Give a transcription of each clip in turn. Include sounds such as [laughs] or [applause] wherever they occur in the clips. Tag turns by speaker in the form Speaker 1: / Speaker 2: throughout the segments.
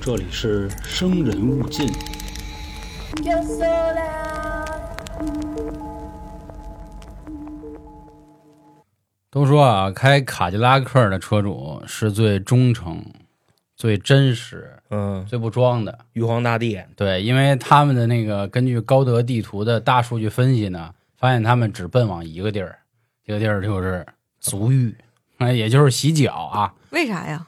Speaker 1: 这里是生人勿近。
Speaker 2: Yo sola,
Speaker 3: 都说啊，开卡迪拉克的车主是最忠诚、最真实、
Speaker 4: 嗯，
Speaker 3: 最不装的。
Speaker 4: 玉皇大帝，
Speaker 3: 对，因为他们的那个根据高德地图的大数据分析呢，发现他们只奔往一个地儿，这个地儿就是足浴，哎也就是洗脚啊。
Speaker 5: 为啥呀？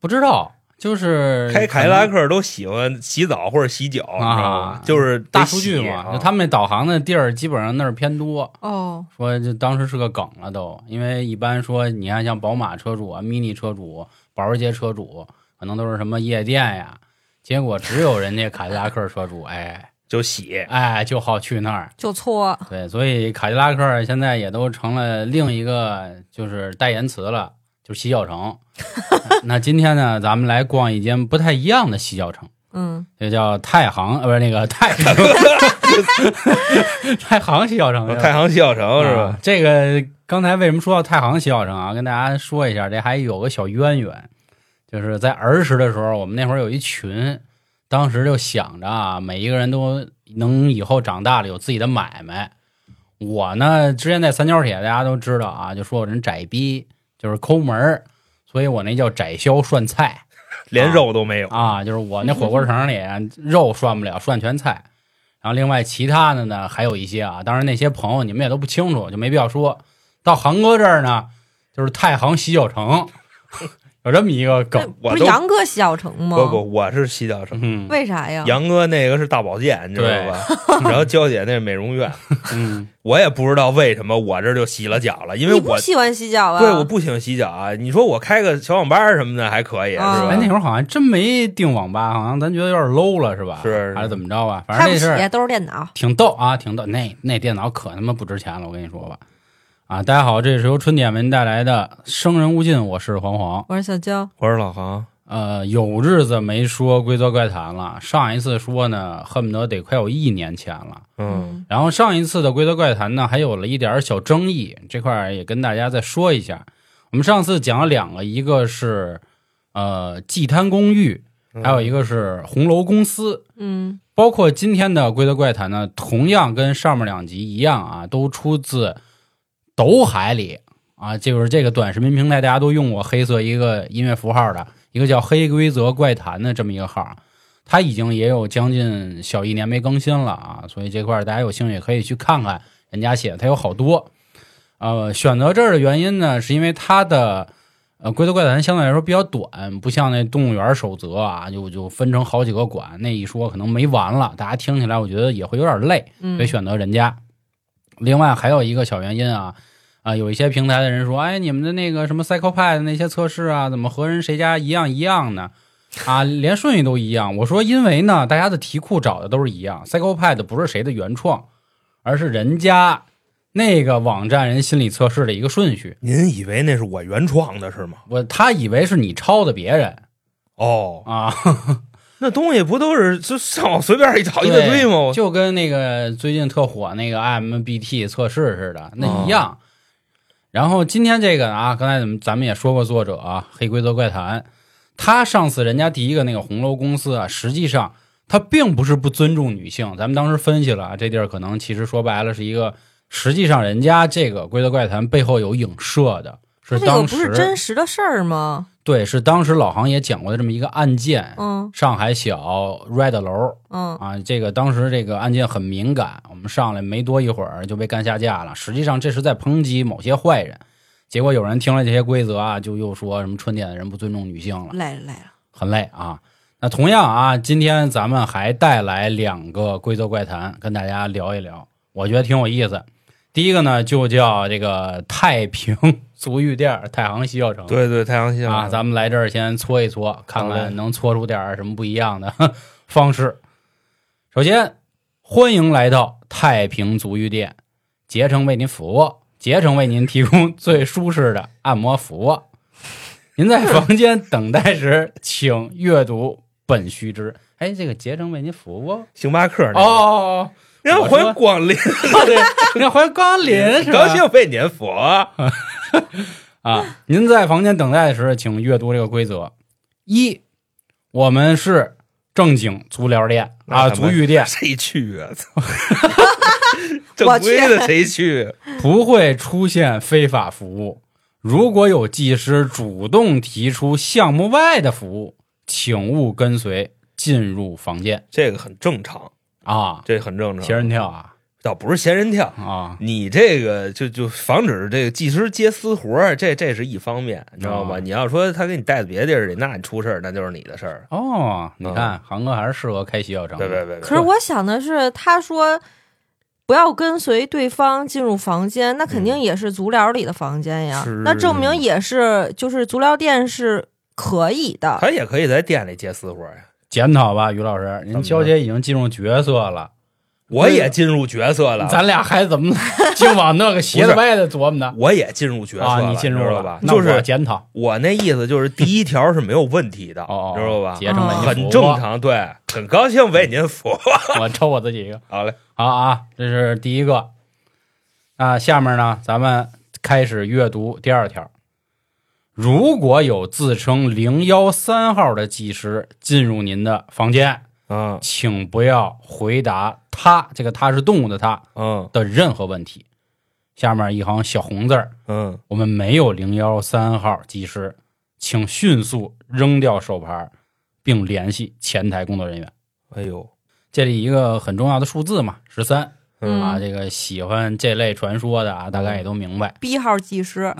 Speaker 3: 不知道，就是
Speaker 4: 开凯迪拉克都喜欢洗澡或者洗脚，你知道吗
Speaker 3: 啊？
Speaker 4: 就是得
Speaker 3: 大数据
Speaker 4: 洗
Speaker 3: 嘛，
Speaker 4: 啊
Speaker 3: 就他们那导航的地儿基本上那儿偏多。
Speaker 5: 哦，
Speaker 3: 说这当时是个梗了都，因为一般说你看像宝马车主啊、MINI 车主、保时捷车主，可能都是什么夜店呀，结果只有人家卡迪拉克车主，哎
Speaker 4: 就洗，
Speaker 3: 哎就好去那儿。
Speaker 5: 就搓
Speaker 3: 对，所以卡迪拉克现在也都成了另一个就是代言词了，就是洗脚城。 [laughs] 那今天呢，咱们来逛一间不太一样的洗脚城。
Speaker 5: 嗯，
Speaker 3: 这叫太行，呃，不是那个太 [laughs] 太行洗脚城，是吧
Speaker 4: [laughs] 太行洗脚城是
Speaker 3: 啊
Speaker 4: 吧？
Speaker 3: 这个刚才为什么说到太行洗脚城啊？跟大家说一下，这还有个小渊源，就是在儿时的时候，我们那会儿有一群，当时就想着啊，每一个人都能以后长大了有自己的买卖。我呢，之前在三角铁，大家都知道啊，就说我人窄逼，就是抠门儿，所以我那叫窄削涮菜。
Speaker 4: 连肉都没有，
Speaker 3: 啊，就是我那火锅城里肉涮不了，涮全菜。然后另外其他的呢，还有一些啊，当然那些朋友你们也都不清楚，就没必要说。到航哥这儿呢，就是太行洗脚城， [laughs] 有这么一个
Speaker 5: 那
Speaker 3: 梗。
Speaker 4: 我
Speaker 5: 不是
Speaker 4: 都
Speaker 5: 杨哥洗脚城吗？
Speaker 4: 不不，我是洗脚城。
Speaker 3: 嗯
Speaker 5: 为啥呀？
Speaker 4: 杨哥那个是大保健，你知道
Speaker 3: [laughs]
Speaker 4: 吧？然后娇姐那是美容院，
Speaker 3: 嗯，
Speaker 4: 我也不知道为什么我这就洗了脚了，因为
Speaker 5: 你不
Speaker 4: 我
Speaker 5: 喜欢洗脚啊？
Speaker 4: 对我不喜欢洗脚啊。你说我开个小网吧什么的还可以，是
Speaker 5: 啊
Speaker 3: 哎，那
Speaker 4: 吧？
Speaker 3: 会儿好像真没订网吧，好像咱觉得有点 low 了，是吧？
Speaker 4: 是
Speaker 3: 还是怎么着啊？反正
Speaker 5: 看
Speaker 3: 这
Speaker 5: 不
Speaker 3: 事儿
Speaker 5: 起，都是电脑。
Speaker 3: 挺逗啊，挺逗。那那电脑可他妈不值钱了，我跟你说吧。啊，大家好，这是由春点为您带来的《生人勿近》，我是黄黄。
Speaker 5: 我说小娇，
Speaker 4: 我说老航，
Speaker 3: 呃，有日子没说《规则怪谈》了，上一次说呢，恨不得得快有一年前了。
Speaker 4: 嗯，
Speaker 3: 然后上一次的《规则怪谈》呢，还有了一点儿小争议，这块儿也跟大家再说一下。我们上次讲了两个，一个是呃祭坛公寓，还有一个是红楼公司。
Speaker 5: 嗯
Speaker 3: 包括今天的《规则怪谈》呢，同样跟上面两集一样啊，都出自抖海里啊，就是这个短视频平台大家都用过黑色一个音乐符号的一个叫“黑规则怪谈”的这么一个号，它已经也有将近小一年没更新了啊，所以这块儿大家有兴趣也可以去看看人家写的，它有好多。呃，选择这儿的原因呢，是因为它的呃，规则怪谈相对来说比较短，不像那动物园守则啊，就就分成好几个馆，那一说可能没完了，大家听起来我觉得也会有点累，
Speaker 5: 嗯
Speaker 3: 所以，选择人家。另外还有一个小原因啊，啊、有一些平台的人说，哎，你们的那个什么 Psycho 派的那些测试啊，怎么和人谁家一样一样呢？啊，连顺序都一样。我说，因为呢，大家的题库找的都是一样，Psycho 派的不是谁的原创，而是人家那个网站人心理测试的一个顺序。
Speaker 4: 您以为那是我原创的是吗？
Speaker 3: 我他以为是你抄的别人
Speaker 4: 哦，
Speaker 3: 啊，
Speaker 4: 那东西不都是就上网随便一找一大堆吗？我
Speaker 3: 就跟那个最近特火那个 IMBT 测试似的，那一
Speaker 5: 哦
Speaker 3: 样。然后今天这个啊，刚才咱们咱们也说过，作者啊，《黑规则怪谈》，他上次人家第一个那个红楼公司啊，实际上他并不是不尊重女性。咱们当时分析了啊，这地儿可能其实说白了是一个，实际上人家这个《规则怪谈》背后有影射的，是
Speaker 5: 这个
Speaker 3: 当
Speaker 5: 不
Speaker 3: 时
Speaker 5: 是真实的事儿吗？
Speaker 3: 对，是当时老行也讲过的这么一个案件，
Speaker 5: 嗯
Speaker 3: 上海小 Red 楼。
Speaker 5: 嗯
Speaker 3: 啊，这个当时这个案件很敏感，我们上来没多一会儿就被干下架了。实际上这是在抨击某些坏人，结果有人听了这些规则啊，就又说什么春点的人不尊重女性了，
Speaker 5: 来了来了，
Speaker 3: 很累啊。那同样啊，今天咱们还带来两个规则怪谈跟大家聊一聊，我觉得挺有意思。第一个呢，就叫这个太平 [laughs] 足浴店儿太行洗脚城。
Speaker 4: 对对，太阳系
Speaker 3: 啊，咱们来这儿先搓一搓，看
Speaker 4: 好嘞
Speaker 3: 看能搓出点儿什么不一样的方式。首先，欢迎来到太平足浴店，竭诚为您服务，竭诚为您提供最舒适的按摩服务。您在房间等待时，请阅读本须知。哎，这个竭诚为您服务。哦
Speaker 4: 星巴克那个
Speaker 3: 哦，哦，
Speaker 4: 然后欢迎光临，
Speaker 3: 哦对，您欢迎光临，是吧
Speaker 4: 高兴被您服。
Speaker 3: 啊，您在房间等待时，请阅读这个规则：一，我们是正经足疗店啊，
Speaker 4: 那他妈
Speaker 3: 足浴店，
Speaker 4: 谁去啊？操正规的谁去？
Speaker 3: 不会出现非法服务。如果有技师主动提出项目外的服务，请勿跟随进入房间
Speaker 4: 这个很正常，
Speaker 3: 啊！
Speaker 4: 这很正常。
Speaker 3: 仙人跳啊
Speaker 4: 倒不是闲人跳，
Speaker 3: 啊！
Speaker 4: 你这个就就防止这个技师接私活儿，这这是一方面，你知道吗？
Speaker 3: 啊
Speaker 4: 你要说他给你带到别地儿去，那你出事儿那就是你的事儿。
Speaker 3: 哦，你看
Speaker 4: 啊
Speaker 3: 韩哥还是适合开洗脚城
Speaker 4: 别别别，别
Speaker 5: 可是我想的是，他说不要跟随对方进入房间，那肯定也是足疗里的房间呀。
Speaker 4: 嗯是
Speaker 5: 那证明也是，就是足疗店是可以的。
Speaker 4: 他也可以在店里接私活儿呀。
Speaker 3: 检讨吧，于老师，您娇姐已经进入角色了，
Speaker 4: 我也进入角色了，
Speaker 3: 咱俩还怎么就往那个斜的歪的琢磨呢？
Speaker 4: 我也进入角色了，
Speaker 3: 啊，你进入
Speaker 4: 知道
Speaker 3: 了
Speaker 4: 吧？
Speaker 3: 那
Speaker 4: 就
Speaker 3: 我
Speaker 4: 是
Speaker 3: 检讨，
Speaker 4: 我那意思就是第一条是没有问题的，
Speaker 3: 哦哦，
Speaker 4: 知道吧？
Speaker 3: 节省了一
Speaker 5: 哦
Speaker 3: 幅
Speaker 4: 很正，常，对，很高兴为您服务。
Speaker 3: 我抽我自己一个。
Speaker 4: 好嘞，
Speaker 3: 好啊，这是第一个。那下面呢，咱们开始阅读第二条。如果有自称零幺三号的技师进入您的房间，
Speaker 4: 嗯
Speaker 3: 请不要回答他这个他是动物的他
Speaker 4: 嗯
Speaker 3: 的任何问题。下面一行小红字儿，
Speaker 4: 嗯，
Speaker 3: 我们没有零幺三号技师，请迅速扔掉手牌，并联系前台工作人员。
Speaker 4: 哎呦，
Speaker 3: 这里一个很重要的数字嘛，十三，
Speaker 5: 嗯
Speaker 3: 啊，这个喜欢这类传说的啊，大概也都明白。
Speaker 5: B 号技师，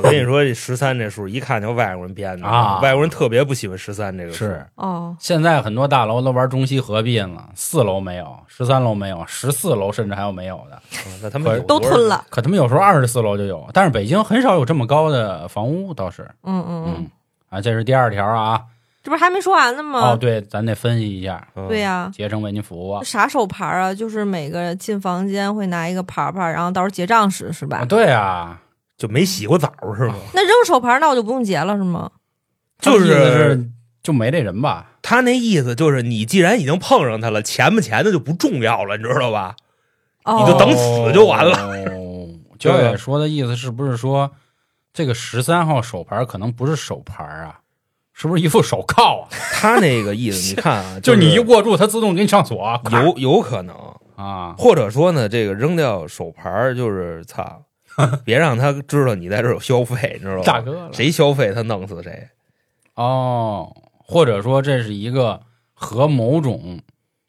Speaker 4: 我跟你说，这十三这数一看就外国人编的
Speaker 3: 啊
Speaker 4: 外国人特别不喜欢十三这个数。
Speaker 3: 是，
Speaker 5: 哦，
Speaker 3: 现在很多大楼都玩中西合并了，四楼没有，十三楼没有，十四楼甚至还有没有的。
Speaker 4: 嗯那他们有
Speaker 5: 都
Speaker 4: 多少
Speaker 5: 吞了。
Speaker 3: 可他们有时候二十四楼就有，但是北京很少有这么高的房屋，倒是，
Speaker 5: 嗯嗯嗯，
Speaker 3: 嗯，啊，这是第二条啊。
Speaker 5: 这不是还没说完呢吗？
Speaker 3: 哦，对，咱得分析一下，
Speaker 4: 嗯
Speaker 5: 对呀、
Speaker 3: 竭诚为您服务啊。
Speaker 5: 啥手牌啊？就是每个进房间会拿一个牌牌，然后到时候结账时是吧？
Speaker 3: 啊对啊，
Speaker 4: 就没洗过澡是吗？
Speaker 5: 那扔手牌，那我就不用结了是吗？
Speaker 4: 就是
Speaker 3: 他的意思是就没这人吧？
Speaker 4: 他那意思就是，你既然已经碰上他了，钱不钱的就不重要了，你知道吧？
Speaker 5: 哦，
Speaker 4: 你就等死
Speaker 3: [laughs]
Speaker 4: 就完了
Speaker 3: 哦。焦野说的意思是不是说，这个十三号手牌可能不是手牌啊？是不是一副手铐
Speaker 4: [laughs]
Speaker 3: 啊？
Speaker 4: 他那个意思，你看啊，
Speaker 3: 就是你一握住，它自动给你上锁啊，咔
Speaker 4: 有有可能，
Speaker 3: 啊？
Speaker 4: 或者说呢，这个扔掉手牌儿就是操，别让他知道你在这儿有消费，你知道
Speaker 3: 大
Speaker 4: 吧？
Speaker 3: 哥了
Speaker 4: 谁消费他弄死谁。
Speaker 3: 哦？或者说这是一个和某种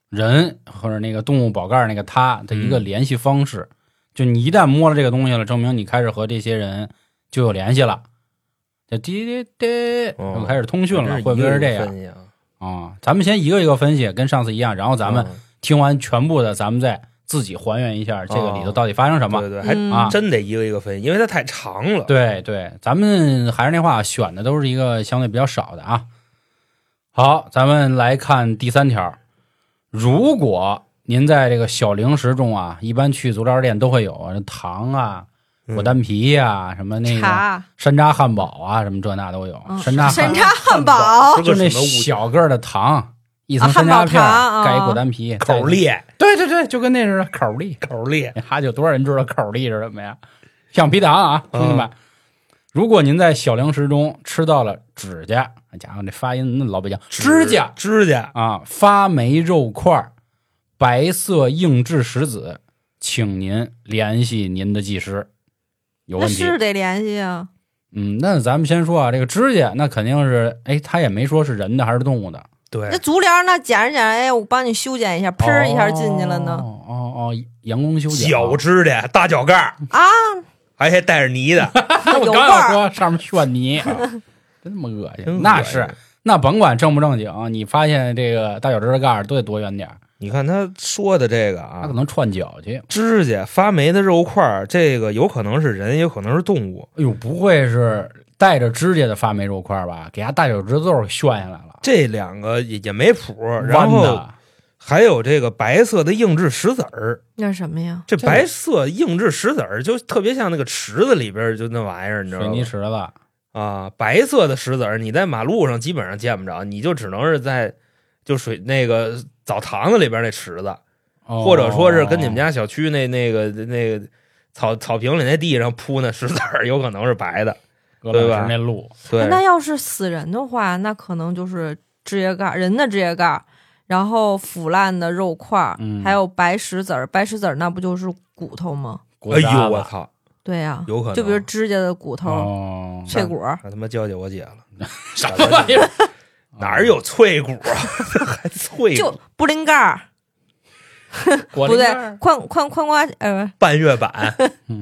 Speaker 3: 人或者那个动物宝盖那个他的一个
Speaker 4: 嗯
Speaker 3: 联系方式？就你一旦摸了这个东西了，证明你开始和这些人就有联系了。就滴滴滴，
Speaker 4: 哦
Speaker 3: 就开始通讯了，会不会是这样？
Speaker 4: 样？
Speaker 3: 啊、咱们先一个一个分析，跟上次一样，然后咱们
Speaker 4: 嗯
Speaker 3: 听完全部的，咱们再自己还原一下这个里头到底发生什么。
Speaker 4: 哦对对，还
Speaker 5: 嗯、
Speaker 3: 啊
Speaker 4: 真得一个一个分析，因为它太长了。
Speaker 3: 对对，咱们还是那话，选的都是一个相对比较少的啊。好，咱们来看第三条。如果您在这个小零食中啊，一般去足疗店都会有糖啊、
Speaker 4: 嗯
Speaker 3: 果丹皮呀、什么那个
Speaker 5: 茶，
Speaker 3: 山楂汉堡啊，什么这那都有。
Speaker 5: 嗯
Speaker 3: 山楂汉
Speaker 5: 山楂汉堡，
Speaker 4: 是
Speaker 3: 就
Speaker 4: 个
Speaker 3: 那
Speaker 4: 什么物
Speaker 3: 小个儿的糖，一层
Speaker 5: 啊
Speaker 3: 山楂
Speaker 5: 汉堡
Speaker 3: 片儿，
Speaker 5: 糖
Speaker 3: 盖一
Speaker 5: 啊
Speaker 3: 果丹皮，再
Speaker 4: 口裂，
Speaker 3: 对对对，就跟那似的口力。
Speaker 4: 口裂，
Speaker 3: 哈，有多少人知道口力是什么呀？橡皮糖啊，
Speaker 4: 嗯
Speaker 3: 兄弟们！如果您在小零食中吃到了指甲，那家伙这发音，那老北京指甲
Speaker 4: 指甲，
Speaker 3: 啊，发霉肉块、白色硬质石子，请您联系您的技师。有
Speaker 5: 那
Speaker 3: 问题？
Speaker 5: 是得联系啊。
Speaker 3: 嗯，那咱们先说啊，这个指甲，那肯定是，哎，他也没说是人的还是动物的，
Speaker 4: 对
Speaker 5: 那，足疗那捡着捡着，哎，我帮你修剪一下，砰一下进去了呢。
Speaker 3: 哦哦哦，阳光修剪啊
Speaker 4: 脚指甲，大脚盖儿，
Speaker 5: 啊，
Speaker 4: 还还带着
Speaker 3: [laughs]
Speaker 4: 泥的，
Speaker 3: 我
Speaker 5: 有味
Speaker 3: 刚要
Speaker 5: 儿。
Speaker 3: 说上面炫 [laughs] 泥，啊真他妈恶心！
Speaker 4: 真恶心
Speaker 3: 那是，那甭管正不正经，你发现这个大脚趾头盖儿都得躲远点儿，
Speaker 4: 你看他说的这个
Speaker 3: 他
Speaker 4: 啊
Speaker 3: 可，能串脚去。
Speaker 4: 指甲发霉的肉块儿，这个有可能是人，也有可能是动物。
Speaker 3: 哎呦，不会是带着指甲的发霉肉块儿吧？给他大脚趾头炫下来了，
Speaker 4: 这两个也也没谱，然
Speaker 3: 弯
Speaker 4: 后
Speaker 3: 的。
Speaker 4: 还有这个白色的硬质石子儿，
Speaker 5: 那是什么呀？
Speaker 4: 这
Speaker 3: 这
Speaker 4: 白色硬质石子儿就特别像那个池子里边儿就那玩意儿，你知道
Speaker 3: 水
Speaker 4: 吗
Speaker 3: 泥？池子，
Speaker 4: 啊，白色的石子儿，你在马路上基本上见不着，你就只能是在就水那个澡堂子里边那池子，
Speaker 3: 哦
Speaker 4: 或者说是跟你们家小区那那个那个草草坪里那地上铺那石子儿，有可能是白的。
Speaker 3: 鹅
Speaker 4: 对
Speaker 3: 卵哦石
Speaker 4: 吧
Speaker 3: 那路，
Speaker 4: 对，
Speaker 5: 哎那要是死人的话，那可能就是指甲盖儿人的指甲盖儿，然后腐烂的肉块儿，
Speaker 3: 嗯
Speaker 5: 还有白石子儿。白石子儿那不就是骨头吗？
Speaker 3: 国
Speaker 4: 哎
Speaker 3: 家
Speaker 4: 呦我
Speaker 3: 吧
Speaker 4: 操，
Speaker 5: 对呀、
Speaker 4: 有可能
Speaker 5: 就比如指甲的骨头、
Speaker 3: 哦，
Speaker 5: 脆骨儿，
Speaker 4: 那他妈教教我姐
Speaker 3: [laughs]
Speaker 4: 了，
Speaker 3: 什么玩意儿？
Speaker 4: [laughs] 哪儿有脆骨啊？ [laughs] 还脆
Speaker 5: 就
Speaker 4: 骨？
Speaker 5: 布灵盖儿，
Speaker 3: 不
Speaker 5: 不对，宽宽宽瓜，
Speaker 4: [laughs]
Speaker 5: 呃，
Speaker 4: 半月板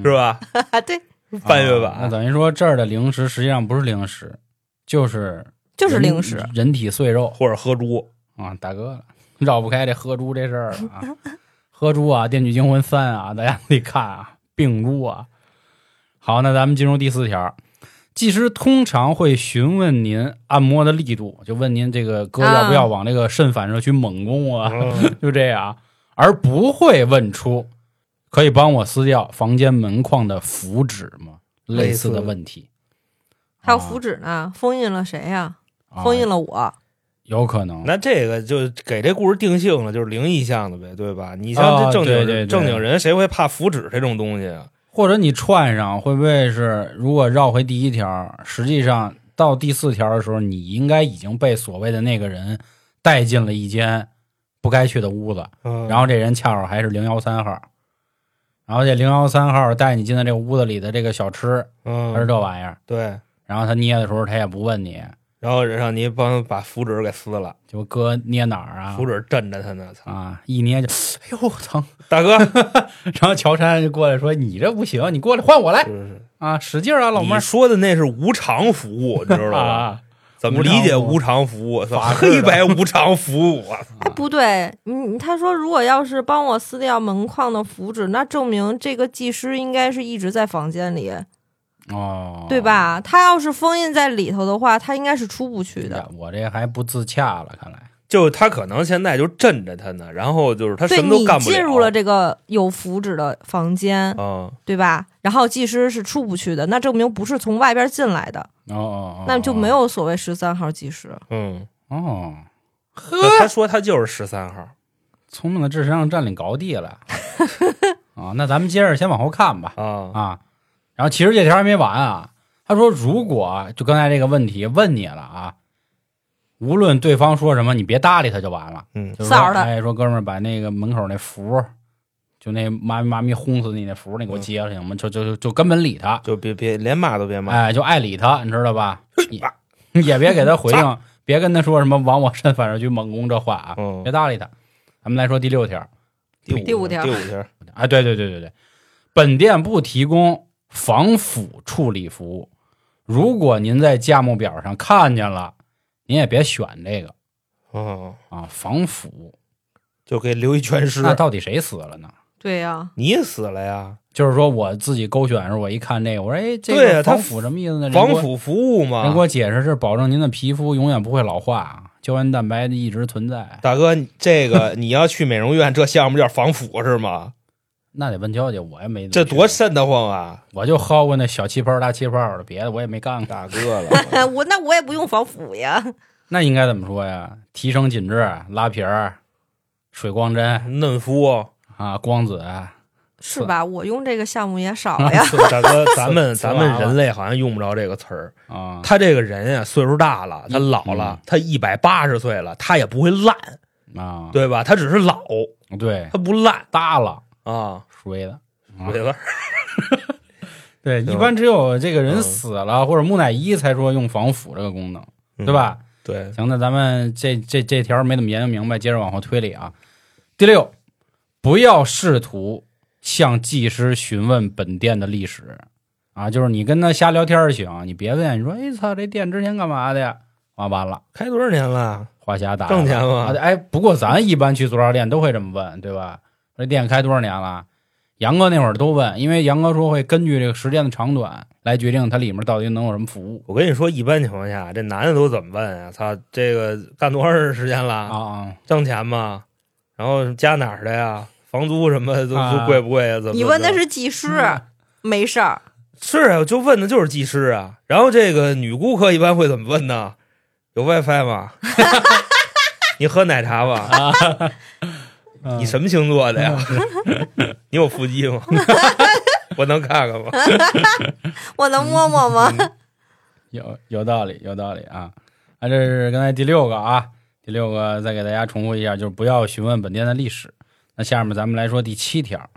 Speaker 4: 是吧？
Speaker 5: 不对，
Speaker 4: 半月
Speaker 3: 嗯啊那
Speaker 4: 板，
Speaker 3: 等于说这儿的零食实际上不是零食，就是
Speaker 5: 就是
Speaker 3: 人
Speaker 5: 零食。
Speaker 3: 人体碎肉
Speaker 4: 或者喝猪，
Speaker 3: 啊，大哥了，绕不开这喝猪这事儿了啊。喝猪啊，《电锯惊魂三》啊，大家得看啊，病猪啊。好，那咱们进入第四条，技师通常会询问您按摩的力度，就问您这个哥
Speaker 5: 啊
Speaker 3: 要不要往这个肾反射区猛攻啊，
Speaker 4: 嗯
Speaker 3: [laughs] 就这样，而不会问出可以帮我撕掉房间门框的符纸吗？类似的问题，
Speaker 5: 还
Speaker 4: 啊
Speaker 5: 有符纸呢，封印了谁呀、
Speaker 3: 啊
Speaker 5: 封印了我。
Speaker 3: 有可能。
Speaker 4: 那这个就给这故事定性了，就是灵异向的呗，对吧？你像
Speaker 3: 啊
Speaker 4: 这正经
Speaker 3: 对对对
Speaker 4: 人，正经人谁会怕符纸这种东西啊？
Speaker 3: 或者你串上，会不会是如果绕回第一条，实际上到第四条的时候，你应该已经被所谓的那个人带进了一间不该去的屋子，
Speaker 4: 然
Speaker 3: 嗯然后这人恰好还是零幺三号，然后这零幺三号带你进到这个屋子里的这个小吃，它是
Speaker 4: 嗯，
Speaker 3: 这玩意儿，
Speaker 4: 对，
Speaker 3: 然后他捏的时候他也不问你，
Speaker 4: 然后让你帮把符纸给撕了，
Speaker 3: 就哥捏哪儿啊
Speaker 4: 符？纸镇着他呢，操！
Speaker 3: 啊，一捏就，哎呦疼！ [laughs]
Speaker 4: 大哥，
Speaker 3: 啊然后乔杉就过来说：“你这不行，你过来换我来
Speaker 4: 就是
Speaker 3: 啊，使劲儿 [laughs] 啊，老妹
Speaker 4: 你
Speaker 3: 儿
Speaker 4: 说的那是无偿服务，你知道吧？
Speaker 3: 啊！”
Speaker 4: 怎么理解无偿服务？操
Speaker 3: 法治
Speaker 4: 黑
Speaker 3: 的
Speaker 4: 白无偿服务啊！
Speaker 5: 哎，不对，你你他说如果要是帮我撕掉门框的符纸，那证明这个技师应该是一直在房间里，
Speaker 3: 哦，
Speaker 5: 对？吧？他要是封印在里头的话，他应该是出不去的。
Speaker 3: 我这还不自洽了，看来
Speaker 4: 就他可能现在就镇着他呢，然后就是他
Speaker 5: 对
Speaker 4: 什么都
Speaker 5: 你
Speaker 4: 干不了。
Speaker 5: 进入了这个有符纸的房间，
Speaker 4: 嗯，
Speaker 5: 对吧？然后技师是出不去的，那证明不是从外边进来的，
Speaker 3: 哦哦，哦
Speaker 5: 那就没有所谓十三号技师。
Speaker 4: 嗯，
Speaker 3: 哦，
Speaker 4: 那他说他就是十三号，
Speaker 3: 聪明的智商占领高地
Speaker 5: [laughs]
Speaker 3: 了啊！那咱们接着先往后看吧
Speaker 4: 啊
Speaker 3: 啊。然后其实这条还没完啊，他说如果啊就刚才这个问题问你了啊，无论对方说什么，你别搭理他就完了。
Speaker 4: 嗯
Speaker 3: 就是说
Speaker 5: 扫他
Speaker 3: 哎，说哥们儿把那个门口那符，就那妈咪妈咪轰死你那符，你
Speaker 5: 嗯
Speaker 3: 给我接了行吗？就就就就根本理他，
Speaker 4: 就别别连骂都别骂，
Speaker 3: 哎，就爱理他，你知道
Speaker 4: [laughs]
Speaker 3: 吧？
Speaker 4: 你
Speaker 3: 也也别给他回应，别跟他说什么往我身反射区猛攻这话啊，
Speaker 4: 嗯
Speaker 3: 别搭理他。咱们来说第六条，
Speaker 5: 第五条
Speaker 4: 第五条，
Speaker 3: 啊，对对对对对，本店不提供防腐处理服务。如果您在价目表上看见了，您也别选这个
Speaker 4: 嗯，
Speaker 3: 啊，防腐。
Speaker 4: 就给留一全尸。
Speaker 3: 那到底谁死了呢？
Speaker 5: 对呀、。
Speaker 4: 你死了呀？
Speaker 3: 就是说我自己勾选的时候，我一看这个，我说哎，这
Speaker 4: 对啊
Speaker 3: 个
Speaker 4: 它
Speaker 3: 防腐什么意思呢？人
Speaker 4: 防
Speaker 3: 给我
Speaker 4: 腐服务
Speaker 3: 人给
Speaker 4: 嘛，
Speaker 3: 我解释是保证您的皮肤永远不会老化，胶原蛋白一直存在。
Speaker 4: 大哥，这个你要去美容院，这项目叫防腐是
Speaker 3: [laughs]
Speaker 4: 吗？
Speaker 3: 那得问娇姐，我也没
Speaker 4: 这多
Speaker 3: 去
Speaker 4: 瘆得慌啊，
Speaker 3: 我就薅过那小气泡大气泡的，别的我也没干过。
Speaker 4: 大哥了
Speaker 5: [laughs] 我那我也不用防腐呀。 [laughs]
Speaker 3: 那应该怎么说呀？提升紧致，拉皮儿，水光针
Speaker 4: [laughs] 嫩哦肤，。
Speaker 3: 啊，光子
Speaker 5: 是吧？我用这个项目也少 [laughs] 呀
Speaker 4: 大哥，咱们
Speaker 3: [laughs] 死娃
Speaker 4: 咱
Speaker 3: 娃
Speaker 4: 们人类好像用不着这个词儿。
Speaker 3: 啊，嗯
Speaker 4: 他这个人呀，岁数大了，他老了，他一百八十岁了，他也不会烂，
Speaker 3: 啊，
Speaker 4: 对吧？他只是老，
Speaker 3: 对，
Speaker 4: 他不烂
Speaker 3: 耷了
Speaker 4: 啊。
Speaker 3: 水的。啊
Speaker 4: 对吧？
Speaker 3: 对，
Speaker 4: 对
Speaker 3: 一般只有这个人
Speaker 4: 嗯
Speaker 3: 死了或者木乃伊才说用防腐这个功能，
Speaker 4: 嗯
Speaker 3: 对吧？
Speaker 4: 对，
Speaker 3: 行，那咱们这这这条没怎么研究明白，接着往后推理啊。第六，不要试图向技师询问本店的历史啊，就是你跟他瞎聊天儿行，你别问，你说哎操，这店之前干嘛的呀？啊，完了，
Speaker 4: 开多少年了？
Speaker 3: 花匣打
Speaker 4: 挣钱
Speaker 3: 啊
Speaker 4: 吗？
Speaker 3: 哎，不过咱一般去足疗店都会这么问，对吧？这店开多少年了？杨哥那会儿都问，因为杨哥说会根据这个时间的长短来决定它里面到底能有什么服务
Speaker 4: 我跟你说，一般情况下，这男的都怎么问啊？操，这个干多长时间
Speaker 3: 啊
Speaker 4: 了？
Speaker 3: 啊！
Speaker 4: 挣钱吗？然后家哪儿的呀？房租什么的都
Speaker 3: 啊
Speaker 4: 都贵不贵啊？怎么？
Speaker 5: 你问的是嗯技师，没事儿。
Speaker 4: 是啊，我就问的就是技师啊。然后这个女顾客一般会怎么问呢？有 WiFi 吗？ [laughs] 你喝奶茶吗？你什么星座的呀？ [laughs] 你有腹 [laughs] 肌吗？我能看看吗？
Speaker 5: 我能摸摸吗？
Speaker 3: 有有道理，有道理啊！啊，这是刚才第六个啊，第六个再给大家重复一下，就是不要询问本店的历史。那下面咱们来说第七条，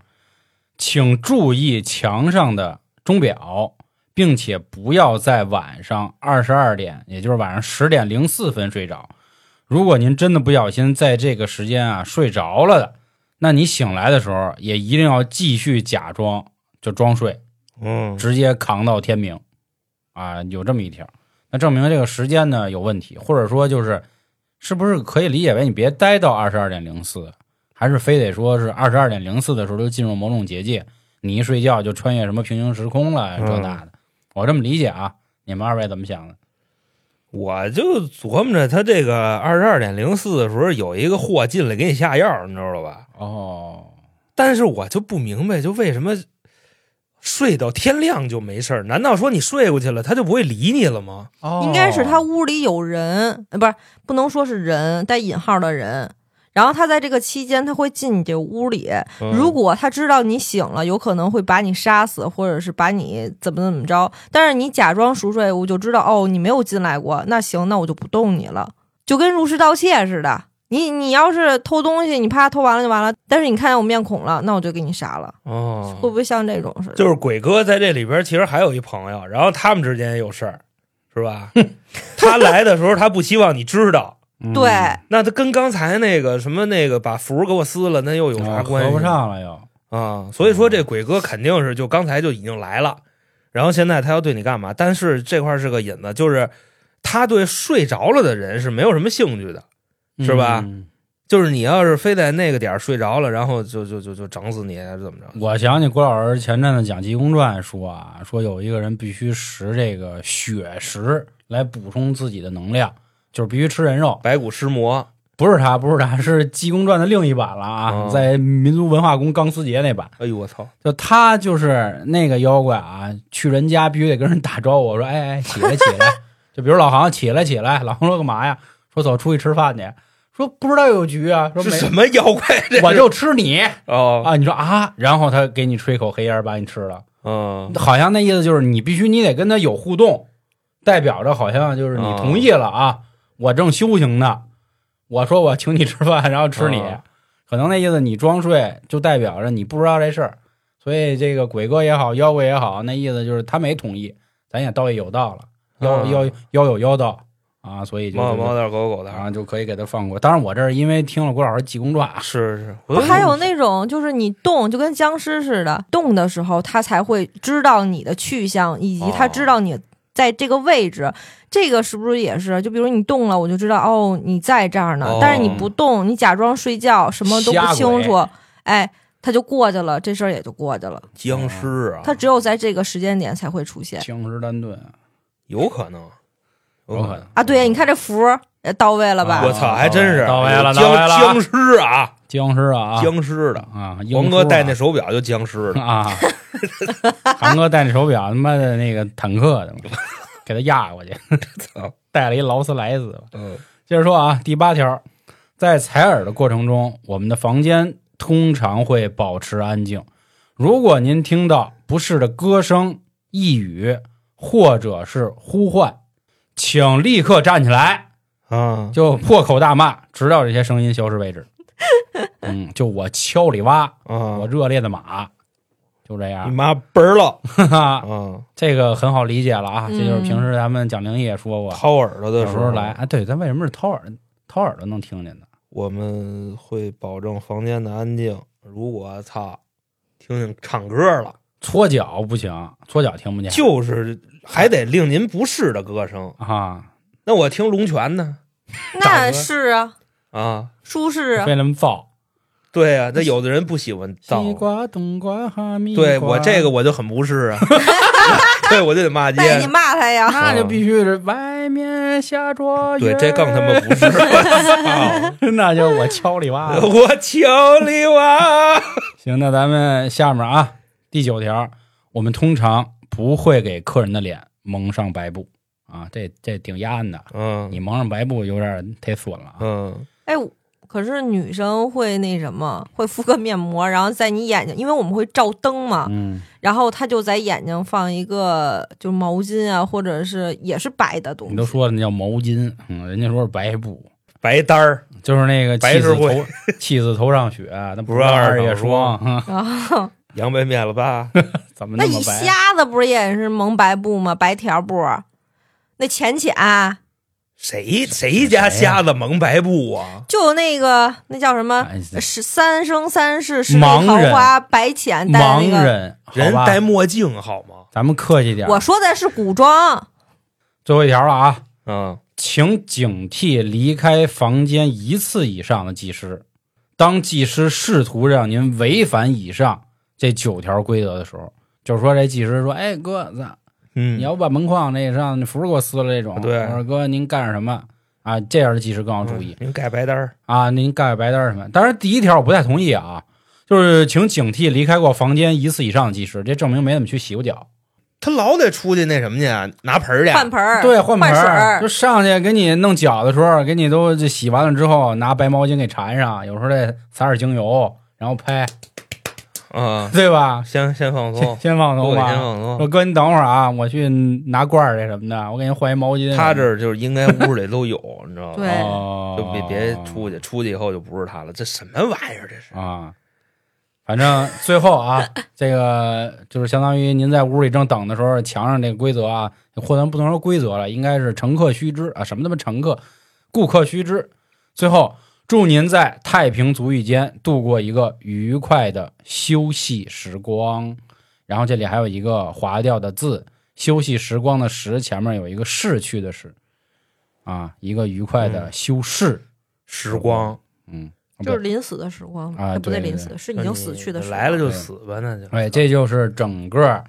Speaker 3: 请注意墙上的钟表，并且不要在晚上二十二点，也就是晚上十点零四分睡着。如果您真的不小心在这个时间啊睡着了的，那你醒来的时候也一定要继续假装就装睡，
Speaker 4: 嗯，
Speaker 3: 直接扛到天明，啊，有这么一条，那证明这个时间呢有问题，或者说就是是不是可以理解为你别待到二十二点零四，还是非得说是二十二点零四的时候就进入某种结界，你一睡觉就穿越什么平行时空了这
Speaker 4: 嗯
Speaker 3: 那的，我这么理解啊，你们二位怎么想的？
Speaker 4: 我就琢磨着他这个二十二点零四的时候有一个货进来给你下药，你知道吧？
Speaker 3: 哦，
Speaker 4: 但是我就不明白，就为什么睡到天亮就没事儿？难道说你睡过去了，他就不会理你了吗？
Speaker 3: 哦
Speaker 5: [laughs] 应该是他屋里有人，呃，不是不能说是人带引号的人。然后他在这个期间，他会进你这屋里。
Speaker 4: 嗯
Speaker 5: 如果他知道你醒了，有可能会把你杀死，或者是把你怎么怎么着。但是你假装熟睡，我就知道哦，你没有进来过。那行，那我就不动你了，就跟入室盗窃似的。你你要是偷东西，你啪偷完了就完了。但是你看见我面孔了，那我就给你杀了。会
Speaker 4: 哦，
Speaker 5: 不会像这种似的？
Speaker 4: 就是鬼哥在这里边其实还有一朋友，然后他们之间也有事儿，是吧？他来的时候他不希望你知道，
Speaker 3: 嗯
Speaker 5: 对，
Speaker 4: 那他跟刚才那个什么那个把符给我撕了，那又有啥
Speaker 3: 哦
Speaker 4: 关系？
Speaker 3: 合不上哦了又。
Speaker 4: 啊、所以说这鬼哥肯定是就刚才就已经来了，然后现在他要对你干嘛？但是这块儿是个引子，就是他对睡着了的人是没有什么兴趣的，是吧
Speaker 3: 嗯
Speaker 4: 就是你要是非在那个点儿睡着了，然后就就就就整死你还是怎么着？
Speaker 3: 我想起郭老师前阵子讲《济公传》说啊，说有一个人必须食这个血食来补充自己的能量，就是必须吃人肉。
Speaker 4: 白骨尸魔，
Speaker 3: 不是他，不是他，是《济公传》的另一版了啊，
Speaker 4: 哦
Speaker 3: 在民族文化宫钢丝节那版。
Speaker 4: 哎呦我操！
Speaker 3: 就他就是那个妖怪啊，去人家必须得跟人打招呼，我说哎哎，起来起
Speaker 4: [laughs]
Speaker 3: 来。就比如老杭起来起来，老杭说干嘛呀？说走出去吃饭去。说不知道有局啊，说
Speaker 4: 是
Speaker 3: 没，
Speaker 4: 什么妖怪这是？
Speaker 3: 我就吃你
Speaker 4: 哦，
Speaker 3: 啊！你说啊，然后他给你吹口黑烟，把你吃了。
Speaker 4: 嗯，
Speaker 3: 好像那意思就是你必须你得跟他有互动，代表着好像就是你
Speaker 4: 哦
Speaker 3: 同意了啊，我正修行呢，我说我请你吃饭，然后吃你，
Speaker 4: 啊
Speaker 3: 可能那意思你装睡就代表着你不知道这事儿，所以这个鬼哥也好，妖怪也好，那意思就是他没同意，咱也道义有道了，妖、
Speaker 4: 啊
Speaker 3: 妖妖有妖道啊，所以就
Speaker 4: 猫有猫的，狗有狗的，
Speaker 3: 啊就可以给他放过。当然我这是因为听了郭老师《济
Speaker 4: [laughs]
Speaker 3: 公传》啊，
Speaker 4: 是是。
Speaker 5: 不还有那种就是你动就跟僵尸似的，动的时候他才会知道你的去向，以及他
Speaker 4: 哦
Speaker 5: 知道你在这个位置。这个是不是也是？就比如你动了，我就知道哦你在这儿呢，
Speaker 4: 哦
Speaker 5: 但是你不动，你假装睡觉，什么都不清楚，哎，他就过去了，这事儿也就过去了。
Speaker 4: 僵尸啊，
Speaker 5: 他只有在这个时间点才会出现
Speaker 3: 僵尸丹顿
Speaker 4: 有可能，
Speaker 3: 有可能。
Speaker 5: 啊！对，你看这符儿也到位了吧？
Speaker 4: 哦我操，还真是
Speaker 3: 到位了到
Speaker 4: 僵
Speaker 3: 位了啊
Speaker 4: 僵尸啊，
Speaker 3: 僵尸啊，
Speaker 4: 僵尸的。
Speaker 3: 啊，
Speaker 4: 王哥戴那
Speaker 3: 手
Speaker 4: 手表就僵尸
Speaker 3: [laughs]
Speaker 4: 了，
Speaker 3: 啊，韩哥戴那手表，他妈的那个坦克的，给他压过去，
Speaker 4: 操！
Speaker 3: 带了一劳斯莱斯。
Speaker 4: 嗯，
Speaker 3: 接着说啊，第八条，在采耳的过程中，我们的房间通常会保持安静。如果您听到不适的歌声、呓语或者是呼唤，请立刻站起来，
Speaker 4: 啊，
Speaker 3: 就破口大骂，直到这些声音消失为止。嗯，就我敲里哇，
Speaker 4: 啊，
Speaker 3: 我热烈的马，就这样
Speaker 4: 你。妈嘣儿了
Speaker 3: 哈哈，
Speaker 4: 啊！
Speaker 3: 这个很好理解了啊，这就是平时咱们讲灵异也说过，
Speaker 4: 掏耳朵的
Speaker 3: 有时候来，啊，对，咱为什么是掏耳掏耳朵能听见呢？
Speaker 4: 我们会保证房间的安静。如果操，听听唱歌了，
Speaker 3: 搓脚不行，搓脚听不见，
Speaker 4: 就是还得令您不适的歌声。
Speaker 3: 啊，
Speaker 4: 那我听龙泉呢？
Speaker 5: 那是啊，
Speaker 4: 啊，
Speaker 5: 舒适
Speaker 4: [laughs]
Speaker 5: 啊
Speaker 3: 非，那么燥。
Speaker 4: 对啊，那有的人不喜欢
Speaker 3: 西
Speaker 4: 燥，
Speaker 3: 瓜、冬瓜、哈密瓜，
Speaker 4: 对我这个我就很不适
Speaker 3: [laughs]
Speaker 4: 啊，对我就得骂街。
Speaker 5: 那你骂他呀。
Speaker 3: 那就必须是外面下着雨，
Speaker 4: 啊对，这更他妈不是，
Speaker 3: 妈， [laughs] 那就我敲里哇
Speaker 4: [laughs]
Speaker 3: 了。
Speaker 4: 我求你哇！
Speaker 3: 行，那咱们下面啊，第九条，我们通常不会给客人的脸蒙上白布啊，这这挺压暗的。
Speaker 4: 嗯
Speaker 3: 你蒙上白布有点忒损了啊。
Speaker 4: 嗯，
Speaker 5: 哎，可是女生会那什么，会敷个面膜，然后在你眼睛，因为我们会照灯嘛，
Speaker 1: 嗯，
Speaker 5: 然后她就在眼睛放一个就是毛巾啊，或者是也是白的东西。
Speaker 3: 你都说了那叫毛巾，嗯，人家说是白布，
Speaker 4: 白单儿，
Speaker 3: 就是那个
Speaker 4: 白
Speaker 3: 气
Speaker 4: 日
Speaker 3: 死
Speaker 4: 会
Speaker 3: 头气死头上血，那
Speaker 4: 不
Speaker 3: 不
Speaker 4: 是二
Speaker 3: 二
Speaker 4: 等
Speaker 3: 月
Speaker 4: 是
Speaker 3: 霜， [laughs] 哼
Speaker 5: 啊，
Speaker 4: 杨白面了吧？
Speaker 3: 怎么
Speaker 5: 那
Speaker 3: 么
Speaker 5: 你
Speaker 3: 白？啊
Speaker 5: 瞎子不是也是蒙白布吗？白条布，那浅浅、
Speaker 4: 谁谁家瞎子蒙白布啊？
Speaker 5: 就有那个那叫什么
Speaker 3: 哎
Speaker 5: 是三生三世十里
Speaker 3: 盲
Speaker 5: 桃
Speaker 3: 人
Speaker 5: 花白浅戴
Speaker 3: 盲
Speaker 5: 那个。
Speaker 3: 人，好
Speaker 4: 人
Speaker 3: 吧
Speaker 4: 戴墨镜好吗？
Speaker 3: 咱们客气点儿。
Speaker 5: 我说的是古装，
Speaker 3: 最后一条了啊，
Speaker 4: 嗯，
Speaker 3: 请警惕离开房间一次以上的技师。当技师试图让您违反以上这九条规则的时候，就是说这技师说：“哎哥，咱
Speaker 4: 嗯，
Speaker 3: 你要不把门框那上那符给我撕了这种。
Speaker 4: 啊”对
Speaker 3: 我说哥您干什么啊？这样的技师更要注意。
Speaker 4: 嗯您盖白单儿，
Speaker 3: 啊，您盖白单儿什么？当然，第一条我不太同意啊，就是请警惕离开过房间一次以上的技师，这证明没怎么去洗过脚。
Speaker 4: 他老得出去那什么去啊，拿盆儿去啊，
Speaker 5: 换盆儿，
Speaker 3: 对，换盆
Speaker 5: 水
Speaker 3: 儿，
Speaker 5: 儿
Speaker 3: 就，上去给你弄脚的时候，给你都这洗完了之后，拿白毛巾给缠上，有时候再撒点精油，然后拍，
Speaker 4: 啊，
Speaker 3: 对吧？
Speaker 4: 先先放
Speaker 3: 先
Speaker 4: 松，
Speaker 3: 先放松
Speaker 4: 哦对先
Speaker 3: 吧。
Speaker 4: 放松。
Speaker 3: 说哥，你等会儿啊，我去拿罐儿这什么的，我给您换一毛巾。
Speaker 4: 他这儿就是应该屋里都有，你知道吗？
Speaker 5: 对
Speaker 3: 哦，
Speaker 4: 就别别出去，出去以后就不是他了。这什么玩意儿？这是
Speaker 3: 啊，反正最后
Speaker 5: [laughs]
Speaker 3: 啊，这个就是相当于您在屋里正等的时候，墙上这个规则啊，或咱不能说规则啊了，应该是乘客须知啊，什么他妈乘客，顾客须知。最后，祝您在太平足浴间度过一个愉快的休息时光。然后这里还有一个划掉的字，休息时光的时前面有一个逝去的逝，啊，一个愉快的休逝，
Speaker 4: 时光，
Speaker 3: 嗯，
Speaker 5: 嗯就是临死的时
Speaker 3: 啊
Speaker 5: 光，哎不
Speaker 3: 对对
Speaker 5: 临
Speaker 3: 对
Speaker 5: 死，是已经死去的时
Speaker 4: 嗯
Speaker 5: 光。
Speaker 4: 来了就死吧，那就
Speaker 3: 哎，这就是整个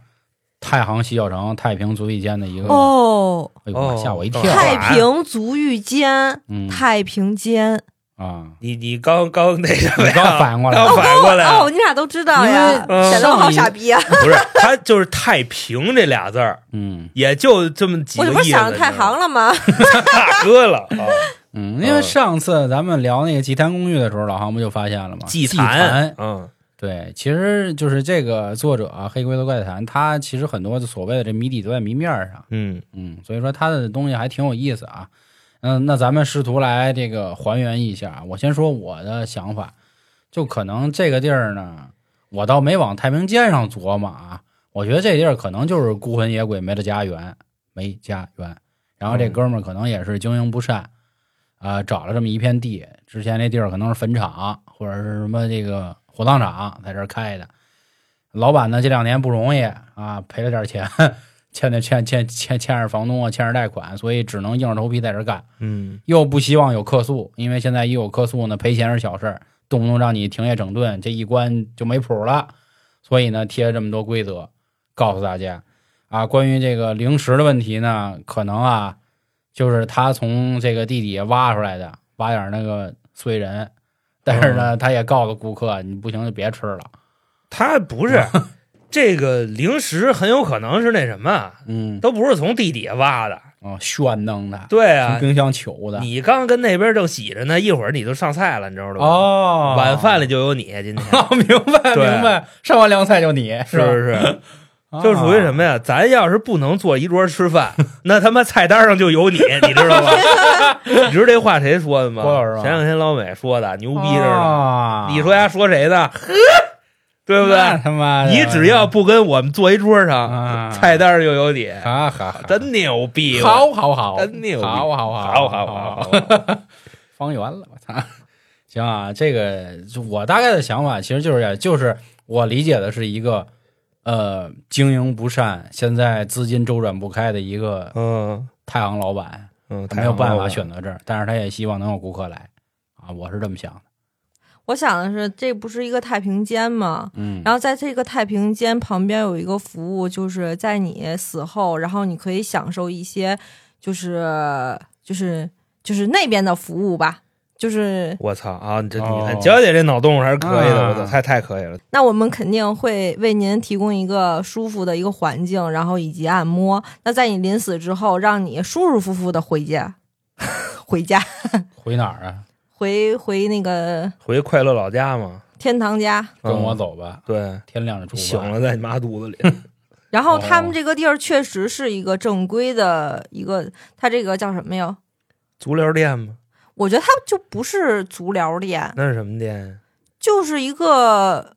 Speaker 3: 太行洗脚城太平足浴间的一个，
Speaker 5: 哦，
Speaker 3: 哎呦
Speaker 4: 哦
Speaker 3: 吓我一跳！
Speaker 4: 太
Speaker 5: 太平足浴间，
Speaker 3: 嗯
Speaker 5: 太平间。
Speaker 3: 啊，
Speaker 4: 你你刚刚那什么
Speaker 3: 你
Speaker 4: 呀？
Speaker 3: 刚反过来
Speaker 4: 刚
Speaker 3: 了，
Speaker 4: 反过来了
Speaker 5: 哦，你俩都知道呀，
Speaker 4: 因为
Speaker 3: 嗯
Speaker 5: 显得我好傻逼啊！
Speaker 4: [laughs] 不是他就是太平这俩字儿，
Speaker 3: 嗯
Speaker 4: 也就这么嗯几
Speaker 5: 我
Speaker 4: 个
Speaker 5: 这
Speaker 4: 意
Speaker 5: 不
Speaker 4: 思。
Speaker 5: 是想着太行了吗？
Speaker 4: 大哥了
Speaker 3: [laughs]
Speaker 4: 啊！
Speaker 3: 嗯，因为上次咱们聊那个祭坛公寓的时候，老航不就发现了吗？祭
Speaker 4: 坛，嗯，
Speaker 3: 对，其实就是这个作者啊，《黑龟的怪谈》，他其实很多所谓的这谜底都在谜面上，
Speaker 4: 嗯，
Speaker 3: 嗯，所以说他的东西还挺有意思啊。嗯，那咱们试图来这个还原一下啊。我先说我的想法，就可能这个地儿呢，我倒没往太平间上琢磨啊。我觉得这地儿可能就是孤魂野鬼没了家园，没家园。然后这哥们儿可能也是经营不善，啊、找了这么一片地，之前那地儿可能是坟场或者是什么这个火葬场，在这儿开的。老板呢这两年不容易啊，赔了点钱， [laughs] 欠的欠欠欠欠着房东啊，欠着贷款，所以只能硬着头皮在这儿干。
Speaker 4: 嗯，
Speaker 3: 又不希望有客诉，因为现在一有客诉呢，赔钱是小事儿，动不动让你停业整顿，这一关就没谱了。所以呢，贴了这么多规则，告诉大家啊，关于这个零食的问题呢，可能啊，就是他从这个地底下挖出来的，挖点那个碎人，但是
Speaker 4: 嗯
Speaker 3: 呢，他也告诉顾客，你不行就别吃了。
Speaker 4: 他
Speaker 3: [laughs]
Speaker 4: 不是这个零食，很有可能是那什么，
Speaker 3: 嗯，
Speaker 4: 都不是从地底下挖的。
Speaker 3: 啊，炫弄的，
Speaker 4: 对
Speaker 3: 从
Speaker 4: 啊，
Speaker 3: 冰箱球的。
Speaker 4: 你刚跟那边正洗着呢，一会儿你就上菜了，你知道吗？
Speaker 3: 哦，
Speaker 4: 晚
Speaker 3: [laughs]
Speaker 4: 饭里就有你，今天
Speaker 3: 明白
Speaker 4: 对
Speaker 3: 明白，上完凉菜就你
Speaker 4: 是
Speaker 3: 吧
Speaker 4: 不？是？
Speaker 3: 啊
Speaker 4: [laughs] 就属于什么呀？咱要是不能坐一桌吃饭， [laughs] 那他妈菜单上就有你， [laughs] 你
Speaker 3: [laughs]
Speaker 4: 知道吗？你知道这话谁说的吗？
Speaker 3: 郭老师吗
Speaker 4: 前两天老美说的，牛逼着呢。
Speaker 3: 啊！
Speaker 4: 你说呀，说谁呢？
Speaker 3: [laughs]
Speaker 4: 对不
Speaker 3: 那
Speaker 4: 对？
Speaker 3: 他妈的，
Speaker 4: 你只要不跟我们坐一桌
Speaker 3: 啊
Speaker 4: 上，菜单上就有你，
Speaker 3: 啊哈哈，
Speaker 4: 真牛逼！
Speaker 3: 好好好，
Speaker 4: 真牛逼
Speaker 3: 好好
Speaker 4: 好
Speaker 3: 好
Speaker 4: 好好
Speaker 3: 好，[laughs]
Speaker 4: 好，好
Speaker 3: 方圆了，我操！行啊，这个就我大概的想法其实就是这样，就是我理解的是一个呃经营不善，现在资金周转不开的一个
Speaker 4: 嗯
Speaker 3: 太行老板，
Speaker 4: 嗯，
Speaker 3: 他没有办法
Speaker 4: 选。
Speaker 3: 选择这儿，但是他也希望能有顾客来啊，我是这么想的，
Speaker 5: 我想的是，这不是一个太平间吗？
Speaker 3: 嗯，
Speaker 5: 然后在这个太平间旁边有一个服务，就是在你死后，然后你可以享受一些，就是就是就是那边的服务吧。就是
Speaker 4: 我操啊！你这你
Speaker 3: 哦
Speaker 4: 看，娇姐这脑洞还是可以的，
Speaker 3: 啊
Speaker 4: 我操，太太可以了。
Speaker 5: 那我们肯定会为您提供一个舒服的一个环境，然后以及按摩。那在你临 [laughs] 死之后，让你舒舒服服的回家，回家
Speaker 3: 回哪儿啊？
Speaker 5: 回回那个
Speaker 4: 回快乐老家嘛。
Speaker 5: 天堂家，
Speaker 3: 跟我
Speaker 4: 嗯
Speaker 3: 走吧，
Speaker 4: 对，
Speaker 3: 天亮着出发。
Speaker 4: 醒了在你妈肚子里。
Speaker 3: [laughs]
Speaker 5: 然后他们
Speaker 3: 哦
Speaker 5: 这个地儿确实是一个正规的一个，它这个叫什么呀？
Speaker 4: 足疗店吗？
Speaker 5: 我觉得它就不是足疗店，
Speaker 4: 那是什么店
Speaker 5: 就是一个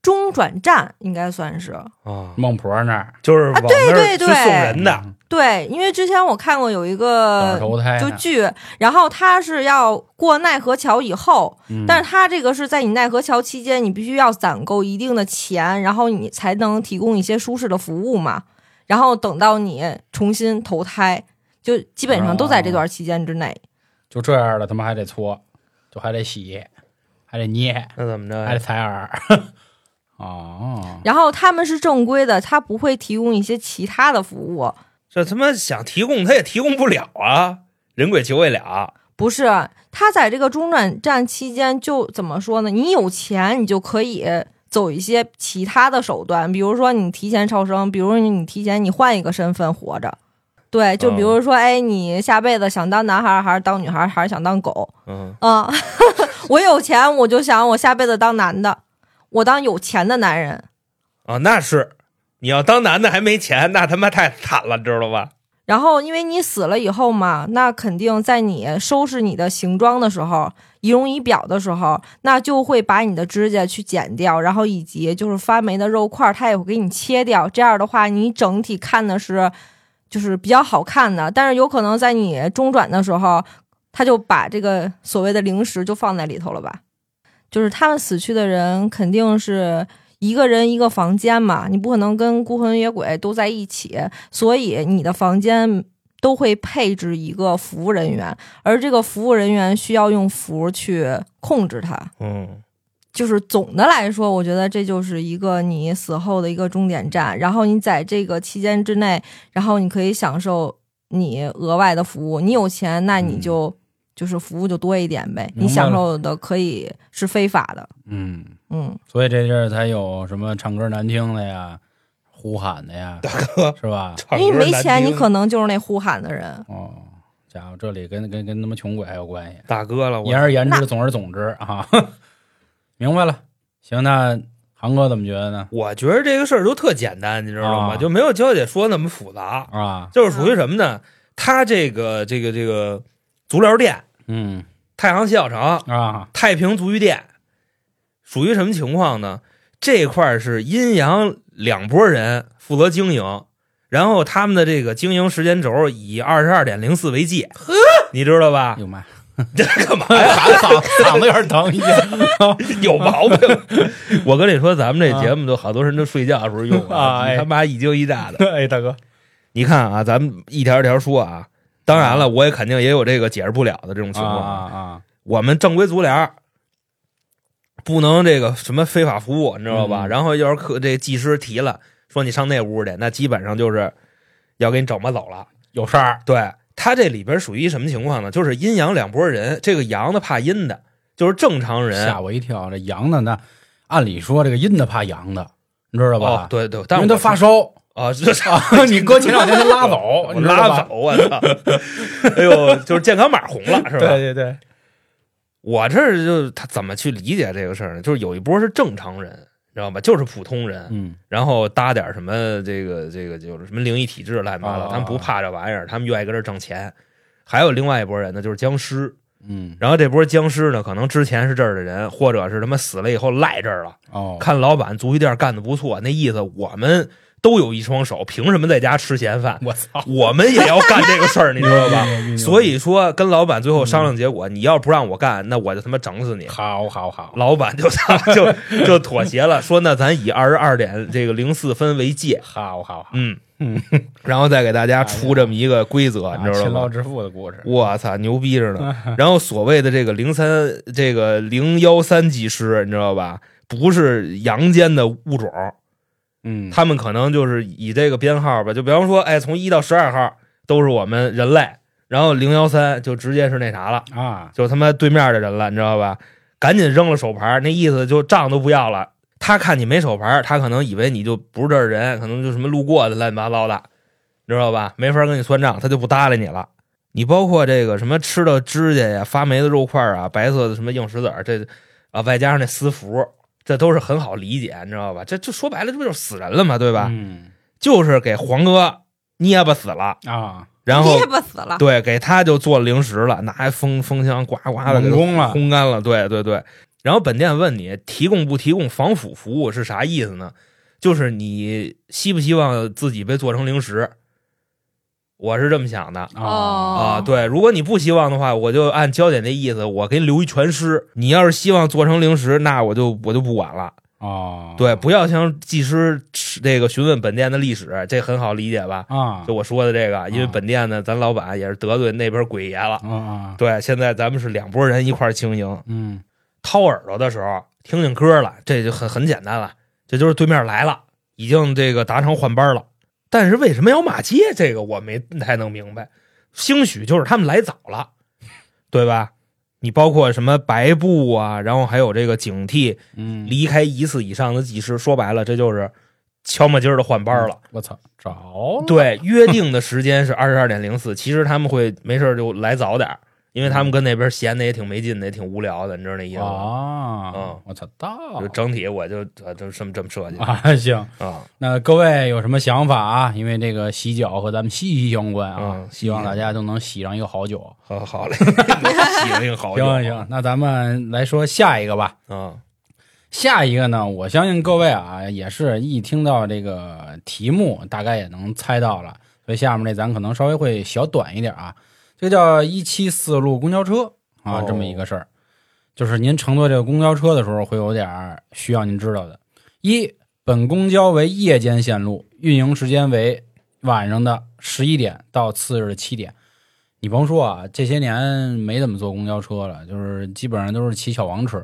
Speaker 5: 中转站，应该算是。
Speaker 4: 啊？
Speaker 3: 孟婆那儿
Speaker 4: 就是往那
Speaker 5: 啊对对
Speaker 4: 儿去
Speaker 5: 对
Speaker 4: 送人的。
Speaker 3: 嗯
Speaker 5: 对，因为之前我看过有一
Speaker 3: 早
Speaker 5: 个
Speaker 3: 投胎
Speaker 5: 呃就
Speaker 3: 呢
Speaker 5: 剧，然后它是要过奈何桥以后，
Speaker 1: 嗯
Speaker 5: 但是它这个是在你奈何桥期间，你必须要攒够一定的钱，然后你才能提供一些舒适的服务嘛。然后等到你重新投胎，就基本上都在这段期间之内。
Speaker 3: 就这样了，他妈还得搓，就还得洗，还得捏，
Speaker 4: 那怎么着
Speaker 3: 还得
Speaker 4: 呀？
Speaker 3: 采耳。 [laughs] 哦，
Speaker 5: 然后他们是正规的，他不会提供一些其他的服务。
Speaker 4: 这他妈想提供他也提供不了啊！人鬼情未了，啊
Speaker 5: 不是，他在这个中转站期间就怎么说呢？你有钱，你就可以走一些其他的手段，比如说你提前超生，比如说你提前你换一个身份活着。对，就比如说，哎，你下辈子想当男孩儿还是当女孩儿，还是想当狗？
Speaker 4: 嗯，
Speaker 5: 啊、 [laughs] 我有钱，我就想我下辈子当男的，我当有钱的男人。
Speaker 4: 啊，那是你要当男的还没钱，那他妈太惨了，知道吧？
Speaker 5: 然后，因为你死了以后嘛，那肯定在你收拾你的行装的时候，仪容仪表的时候，那就会把你的指甲去剪掉，然后以及就是发霉的肉块儿，它也会给你切掉。这样的话，你整体看的是就是比较好看的，但是有可能在你中转的时候，他就把这个所谓的零食就放在里头了吧。就是他们死去的人肯定是一个人一个房间嘛，你不可能跟孤魂野鬼都在一起，所以你的房间都会配置一个服务人员，而这个服务人员需要用符去控制他。
Speaker 4: 嗯，
Speaker 5: 就是总的来说，我觉得这就是一个你死后的一个终点站。然后你在这个期间之内，然后你可以享受你额外的服务。你有钱，那你就、就是服务就多一点呗。
Speaker 3: 明白了
Speaker 5: 你享受的可以是非法的，
Speaker 3: 嗯，
Speaker 5: 嗯，
Speaker 3: 所以这阵儿才有什么唱歌难听的呀，呼喊的呀，大
Speaker 4: 哥
Speaker 3: 是吧？
Speaker 4: 唱歌
Speaker 5: 因为没
Speaker 4: 难
Speaker 5: 钱，
Speaker 4: 听
Speaker 5: 你可能就是那呼喊的人。
Speaker 3: 哦，家伙，这里跟跟跟他妈穷鬼还有关系。
Speaker 4: 大哥了，我
Speaker 3: 言而言之，总而总之啊， [laughs] 明白了。行，那航哥怎么觉得呢？
Speaker 4: 我觉得这个事儿都特简单，你知道吗？
Speaker 3: 啊
Speaker 4: 就没有娇姐说那么复杂，
Speaker 3: 啊，
Speaker 4: 就是属于什么呢？他这个这个这个足疗店、
Speaker 3: 嗯
Speaker 4: 太行洗脚城、
Speaker 3: 啊，
Speaker 4: 太平足浴店，属于什么情况呢？这块儿是阴阳两拨人负责经营，然后他们的这个经营时间轴以二十二点零四为界，你知道吧
Speaker 3: 哎？呦妈，
Speaker 4: 这干嘛呀？
Speaker 3: 喊哎嗓嗓子有点疼一下
Speaker 4: 有毛病！ [laughs] 我跟你说，咱们这节目都好多人都睡觉的时候用
Speaker 3: 啊哎
Speaker 4: 你他妈一惊一乍的。
Speaker 3: [laughs] 哎，大哥，
Speaker 4: 你看啊，咱们一条一条说啊。当然了，我也肯定也有这个解释不了的这种情
Speaker 3: 啊
Speaker 4: 况。
Speaker 3: 啊，
Speaker 4: 我们正规足疗不能这个什么非法服务，你知道吧？
Speaker 3: 嗯
Speaker 4: 然后要是客这技师提了，说你上那屋去，那基本上就是要给你整吧走了。
Speaker 3: 有事儿，
Speaker 4: 对他这里边属于什么情况呢？就是阴阳两拨人，这个阳的怕阴的，就是正常人
Speaker 3: 吓我一跳。这阳的那，按理说这个阴的怕阳的，你知道吧？
Speaker 4: 哦，，对对，
Speaker 3: 因
Speaker 4: 但
Speaker 3: 为
Speaker 4: 是
Speaker 3: 他
Speaker 4: 我
Speaker 3: 发
Speaker 4: 是
Speaker 3: 烧，
Speaker 4: [laughs] 啊，这啥？
Speaker 3: [laughs] 你
Speaker 4: [laughs]
Speaker 3: 哥前两天他拉走，
Speaker 4: 我
Speaker 3: 你知道
Speaker 4: 拉
Speaker 3: 吧
Speaker 4: 走，我
Speaker 3: [laughs]
Speaker 4: 操！哎呦，就是健康码红了，是吧？
Speaker 3: 对对对，
Speaker 4: 我这儿就他怎么去理解这个事儿呢？就是有一波是正常人，你知道吧？就是普通人，
Speaker 3: 嗯
Speaker 4: 然后搭点什么这个这个就是什么灵异体质乱七八糟，
Speaker 3: 啊
Speaker 4: 他们不怕这玩意儿，他们愿意搁这儿挣钱。还有另外一波人呢，就是僵尸。
Speaker 3: 嗯，
Speaker 4: 然后这波僵尸呢，可能之前是这儿的人，或者是他妈死了以后赖这儿了。
Speaker 3: 哦，
Speaker 4: 看老板足浴店干的不错，那意思我们都有一双手，凭什么在家吃闲饭？
Speaker 3: 我
Speaker 4: [laughs]
Speaker 3: 操，
Speaker 4: 我们也要干这个事儿，你知道吧？
Speaker 3: 哎呦
Speaker 4: 所以说，跟老板最后商量结果，你要不让我干，那我就他妈整死你。
Speaker 3: 好好好，
Speaker 4: 老板就就就妥协了，说那咱以二十二点这个零四分为界，
Speaker 3: 好好好，
Speaker 4: 嗯
Speaker 3: 嗯，
Speaker 4: [laughs]
Speaker 3: 啊
Speaker 4: 然后再给大家出这么一个规则，你知道
Speaker 3: 勤劳嗯
Speaker 4: 吗？
Speaker 3: 致富的故事，
Speaker 4: 我操，牛逼着呢！ [laughs] 然后所谓的这个零三，这个零幺三技师，你知道吧？不是阳间的物种，
Speaker 3: 嗯，
Speaker 4: 他们可能就是以这个编号吧，就比方说，哎，从一到十二号都是我们人类，然后零幺三就直接是那啥了，
Speaker 3: 啊，
Speaker 4: 就他妈对面的人了，你知道吧？赶紧扔了手牌，那意思就账都不要了。他看你没手牌，他可能以为你就不是这儿人，可能就什么路过的乱七八糟的，你知道吧？没法跟你算账，他就不搭理你了。你包括这个什么吃的指甲呀、发霉的肉块啊、白色的什么硬石子儿，这啊，外加上那私服，这都是很好理解，你知道吧？这就说白了，这不就是死人了嘛，对吧？
Speaker 3: 嗯
Speaker 4: 就是给黄哥捏巴死了，
Speaker 3: 啊，
Speaker 4: 然后
Speaker 5: 噎巴死了。
Speaker 4: 对，给他就做零食了，拿风风箱呱呱的给
Speaker 3: 猛
Speaker 4: 他
Speaker 3: 攻了，
Speaker 4: 烘干了，对对对。然后本店问你提供不提供防腐服务是啥意思呢？就是你希不希望自己被做成零食？我是这么想的
Speaker 5: 哦
Speaker 3: 啊
Speaker 4: 啊，，对，如果你不希望的话，我就按焦点那意思，我给你留一全尸。你要是希望做成零食，那我就我就不管了。
Speaker 3: 哦，
Speaker 4: 对，不要向技师这个询问本店的历史，这很好理解吧？
Speaker 3: 啊，
Speaker 4: 就我说的这个，因为本店呢，咱老板也是得罪那边鬼爷了。
Speaker 3: 啊啊，
Speaker 4: 对，现在咱们是两拨人一块儿经营，
Speaker 3: 嗯
Speaker 4: 掏耳朵的时候听听歌了，这就很很简单了，这就是对面来了，已经这个达成换班了。但是为什么要骂街？这个我没太能明白，兴许就是他们来早了，对吧？你包括什么白布啊，然后还有这个警惕
Speaker 3: 嗯，
Speaker 4: 离开一次以上的技师，说白了这就是敲木筋儿的换班了。
Speaker 3: 我操，着了，
Speaker 4: 对，约定的时间是二十二点零四，其实他们会没事儿就来早点儿，因为他们跟那边闲的也挺没劲的，也挺无聊的，你知道那意思吗？
Speaker 3: 啊
Speaker 4: 嗯，
Speaker 3: 我操，到
Speaker 4: 就整体我就呃就这么这么设计的
Speaker 3: 哦啊，行，
Speaker 4: 啊，
Speaker 3: 那各位有什么想法啊？因为这个洗脚和咱们息息相关啊，
Speaker 4: 嗯
Speaker 3: 希望大家都能洗上一个好酒。
Speaker 4: 好好
Speaker 3: [laughs]
Speaker 4: 嘞，行行好
Speaker 3: 行啊行行，那咱们来说下一个吧。
Speaker 4: 啊，
Speaker 3: 下一个呢，我相信各位啊，也是一听到这个题目，大概也能猜到了。所以下面这咱可能稍微会小短一点啊。这个叫一七四路公交车啊，
Speaker 4: 哦
Speaker 3: 这么一个事儿，就是您乘坐这个公交车的时候，会有点儿需要您知道的。一，本公交为夜间线路，运营时间为晚上的十一点到次日的七点。你甭说啊，这些年没怎么坐公交车了，就是基本上都是骑小黄车，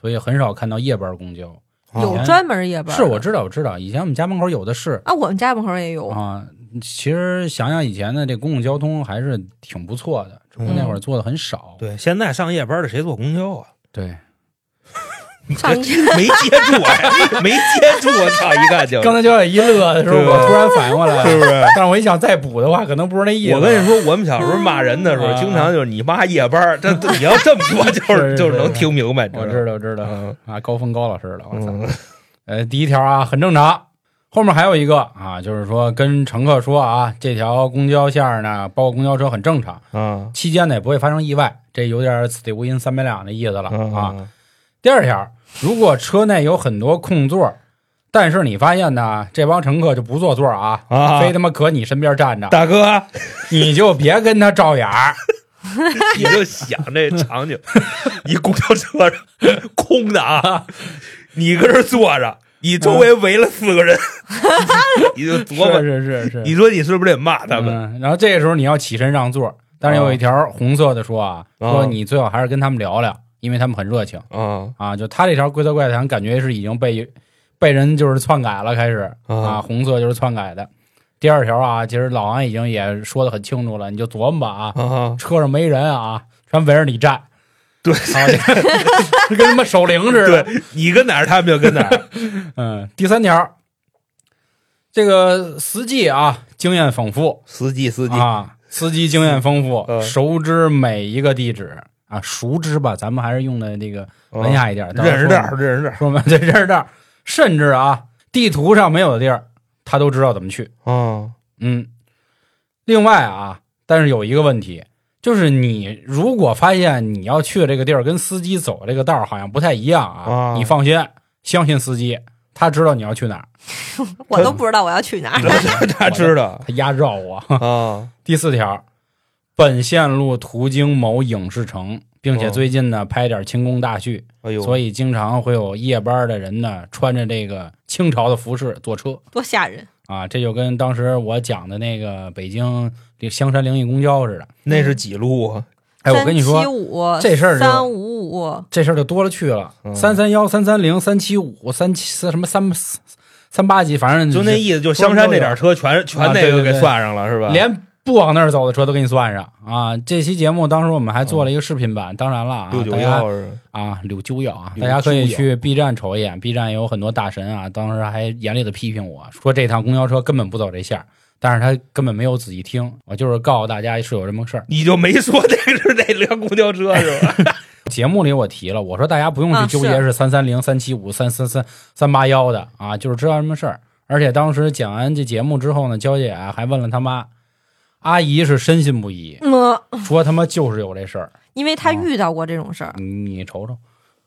Speaker 3: 所以很少看到夜班公交。
Speaker 5: 有专门夜
Speaker 4: 啊
Speaker 5: 班的，
Speaker 3: 是我知道，我知道，以前我们家门口有的是
Speaker 5: 啊，我们家门口也
Speaker 4: 哦
Speaker 5: 有，
Speaker 3: 啊。其实想想以前的这公共交通还是挺不错的，只不过那会儿坐的很少。
Speaker 4: 嗯对，现在上夜班的谁坐公交啊？ [laughs]
Speaker 3: 对，
Speaker 5: 上一
Speaker 3: [laughs]
Speaker 4: 没接住我， [laughs] 没接住我，操一看就。
Speaker 3: 刚才焦姐一乐的时候，
Speaker 4: 对吧 [laughs]
Speaker 3: 我突然反应过来了，
Speaker 4: 是不是？
Speaker 3: 但是我一想再补的话，可能不是那意思。
Speaker 4: 我跟你说，我们小时候骂人的时候，
Speaker 3: 啊
Speaker 4: 经常就是你妈夜
Speaker 3: [laughs]
Speaker 4: 班，这你要这么说，就是
Speaker 3: 是是
Speaker 4: 就是能听明白，
Speaker 3: 我
Speaker 4: 知
Speaker 3: 知道，我知
Speaker 4: 道
Speaker 3: 道
Speaker 4: 吗。
Speaker 3: 啊，高峰高老师了，我操。
Speaker 4: 嗯，
Speaker 3: 呃，第一条啊，很正常。后面还有一个啊，就是说跟乘客说啊，这条公交线儿呢，包括公交车很正常，
Speaker 4: 嗯
Speaker 3: 期间呢也不会发生意外，这有点此地无银三百两的意思了
Speaker 4: 啊
Speaker 3: 啊。，第二条，如果车内有很多空座，但是你发现呢，这帮乘客就不坐座啊，
Speaker 4: 啊
Speaker 3: 非他妈搁你身边站着，
Speaker 4: 大哥，啊
Speaker 3: 你就别跟他照眼儿。
Speaker 4: 你就想这场景， [laughs] 一公交车上空的啊，你搁这儿坐着，你周围围了四个人， [laughs] 你就琢磨，
Speaker 3: [laughs] 嗯是是是是，
Speaker 4: [laughs] 你说你是不是得骂他们？
Speaker 3: 嗯。然后这个时候你要起身让座，但是有一条红色的说啊，
Speaker 4: 哦
Speaker 3: 说你最好还是跟他们聊聊，因为他们很热情
Speaker 4: 啊
Speaker 3: 啊。就他这条规则怪谈，感觉是已经被被人就是篡改了，开始啊，
Speaker 4: 啊
Speaker 3: 红色就是篡改的。第二条啊，其实老王已经也说的很清楚了，你就琢磨吧啊，
Speaker 4: 啊！
Speaker 3: 车上没人啊，全围着你站，
Speaker 4: 对
Speaker 3: 啊， [laughs] 就跟他妈守灵似的。
Speaker 4: 对你跟哪儿，他们就跟哪儿。
Speaker 3: 嗯，第三条，这个司机啊，经验丰富，
Speaker 4: 司机，司机，
Speaker 3: 啊，司机经验丰富，
Speaker 4: 嗯
Speaker 3: 熟知每一个地址啊，熟知吧，咱们还是用的这个
Speaker 4: 啊
Speaker 3: 文雅一点，到时候
Speaker 4: 认识这儿，认识这儿
Speaker 3: 说明对认识这儿，甚至啊，地图上没有的地儿，他都知道怎么去。
Speaker 4: 啊
Speaker 3: 嗯，另外啊，但是有一个问题，就是你如果发现你要去的这个地儿跟司机走这个道儿好像不太一样啊，
Speaker 4: 啊
Speaker 3: 你放心，相信司机，他知道你要去哪儿，
Speaker 5: 我都不知道我要去哪儿。
Speaker 4: 他知道
Speaker 3: 他压绕我。 [laughs]
Speaker 4: 啊
Speaker 3: 第四条，本线路途经某影视城，并且
Speaker 4: 哦
Speaker 3: 最近呢拍点清宫大剧，
Speaker 4: 哎呦，
Speaker 3: 所
Speaker 4: 以
Speaker 3: 以经常会有夜班的人呢穿着这个清朝的服饰坐车
Speaker 5: 多吓人！
Speaker 3: 啊，这就跟当时我讲的那个北京这香山灵异公交似的。
Speaker 4: 那是几路啊？
Speaker 3: 哎，我跟你
Speaker 5: 三七
Speaker 3: 说，
Speaker 5: 五
Speaker 3: 这事儿就
Speaker 5: 三五五，
Speaker 3: 这事儿就多了去了，
Speaker 4: 嗯
Speaker 3: 三三幺、三三零、三七五、三七什么三三八几，反正
Speaker 4: 就
Speaker 3: 嗯
Speaker 4: 那
Speaker 3: 是
Speaker 4: 意思，就香山这点车全
Speaker 3: 啊
Speaker 4: 全那个给算上了是吧？
Speaker 3: 连不往那儿走的车都给你算上啊！这期节目当时我们还做了一个视频版，当然了啊，
Speaker 4: 嗯六九
Speaker 3: 大家
Speaker 4: 幺是
Speaker 3: 啊，柳九友啊，
Speaker 4: 柳
Speaker 3: 大家可以
Speaker 4: 九
Speaker 3: 去 B 站瞅一眼，B 站有很多大神啊，当时还严厉的批评我说这趟公交车根本不走这线儿，但是他根本没有仔细听。我就是告诉大家是有这么个事儿。
Speaker 4: 你就没说那个是哪辆公交车是吧？
Speaker 3: 节目里我提了，我说大家不用去
Speaker 5: 啊
Speaker 3: 纠结是三三零、三七五、三三三、三八幺的啊，就是知道什么事儿。而且当时讲完这节目之后呢，娇姐啊还问了他妈，阿姨是深信不
Speaker 5: [laughs]
Speaker 3: 疑，
Speaker 5: 嗯，
Speaker 3: 说他妈就是有这事儿。
Speaker 5: 因为他遇到过这种事儿，
Speaker 3: 你你瞅瞅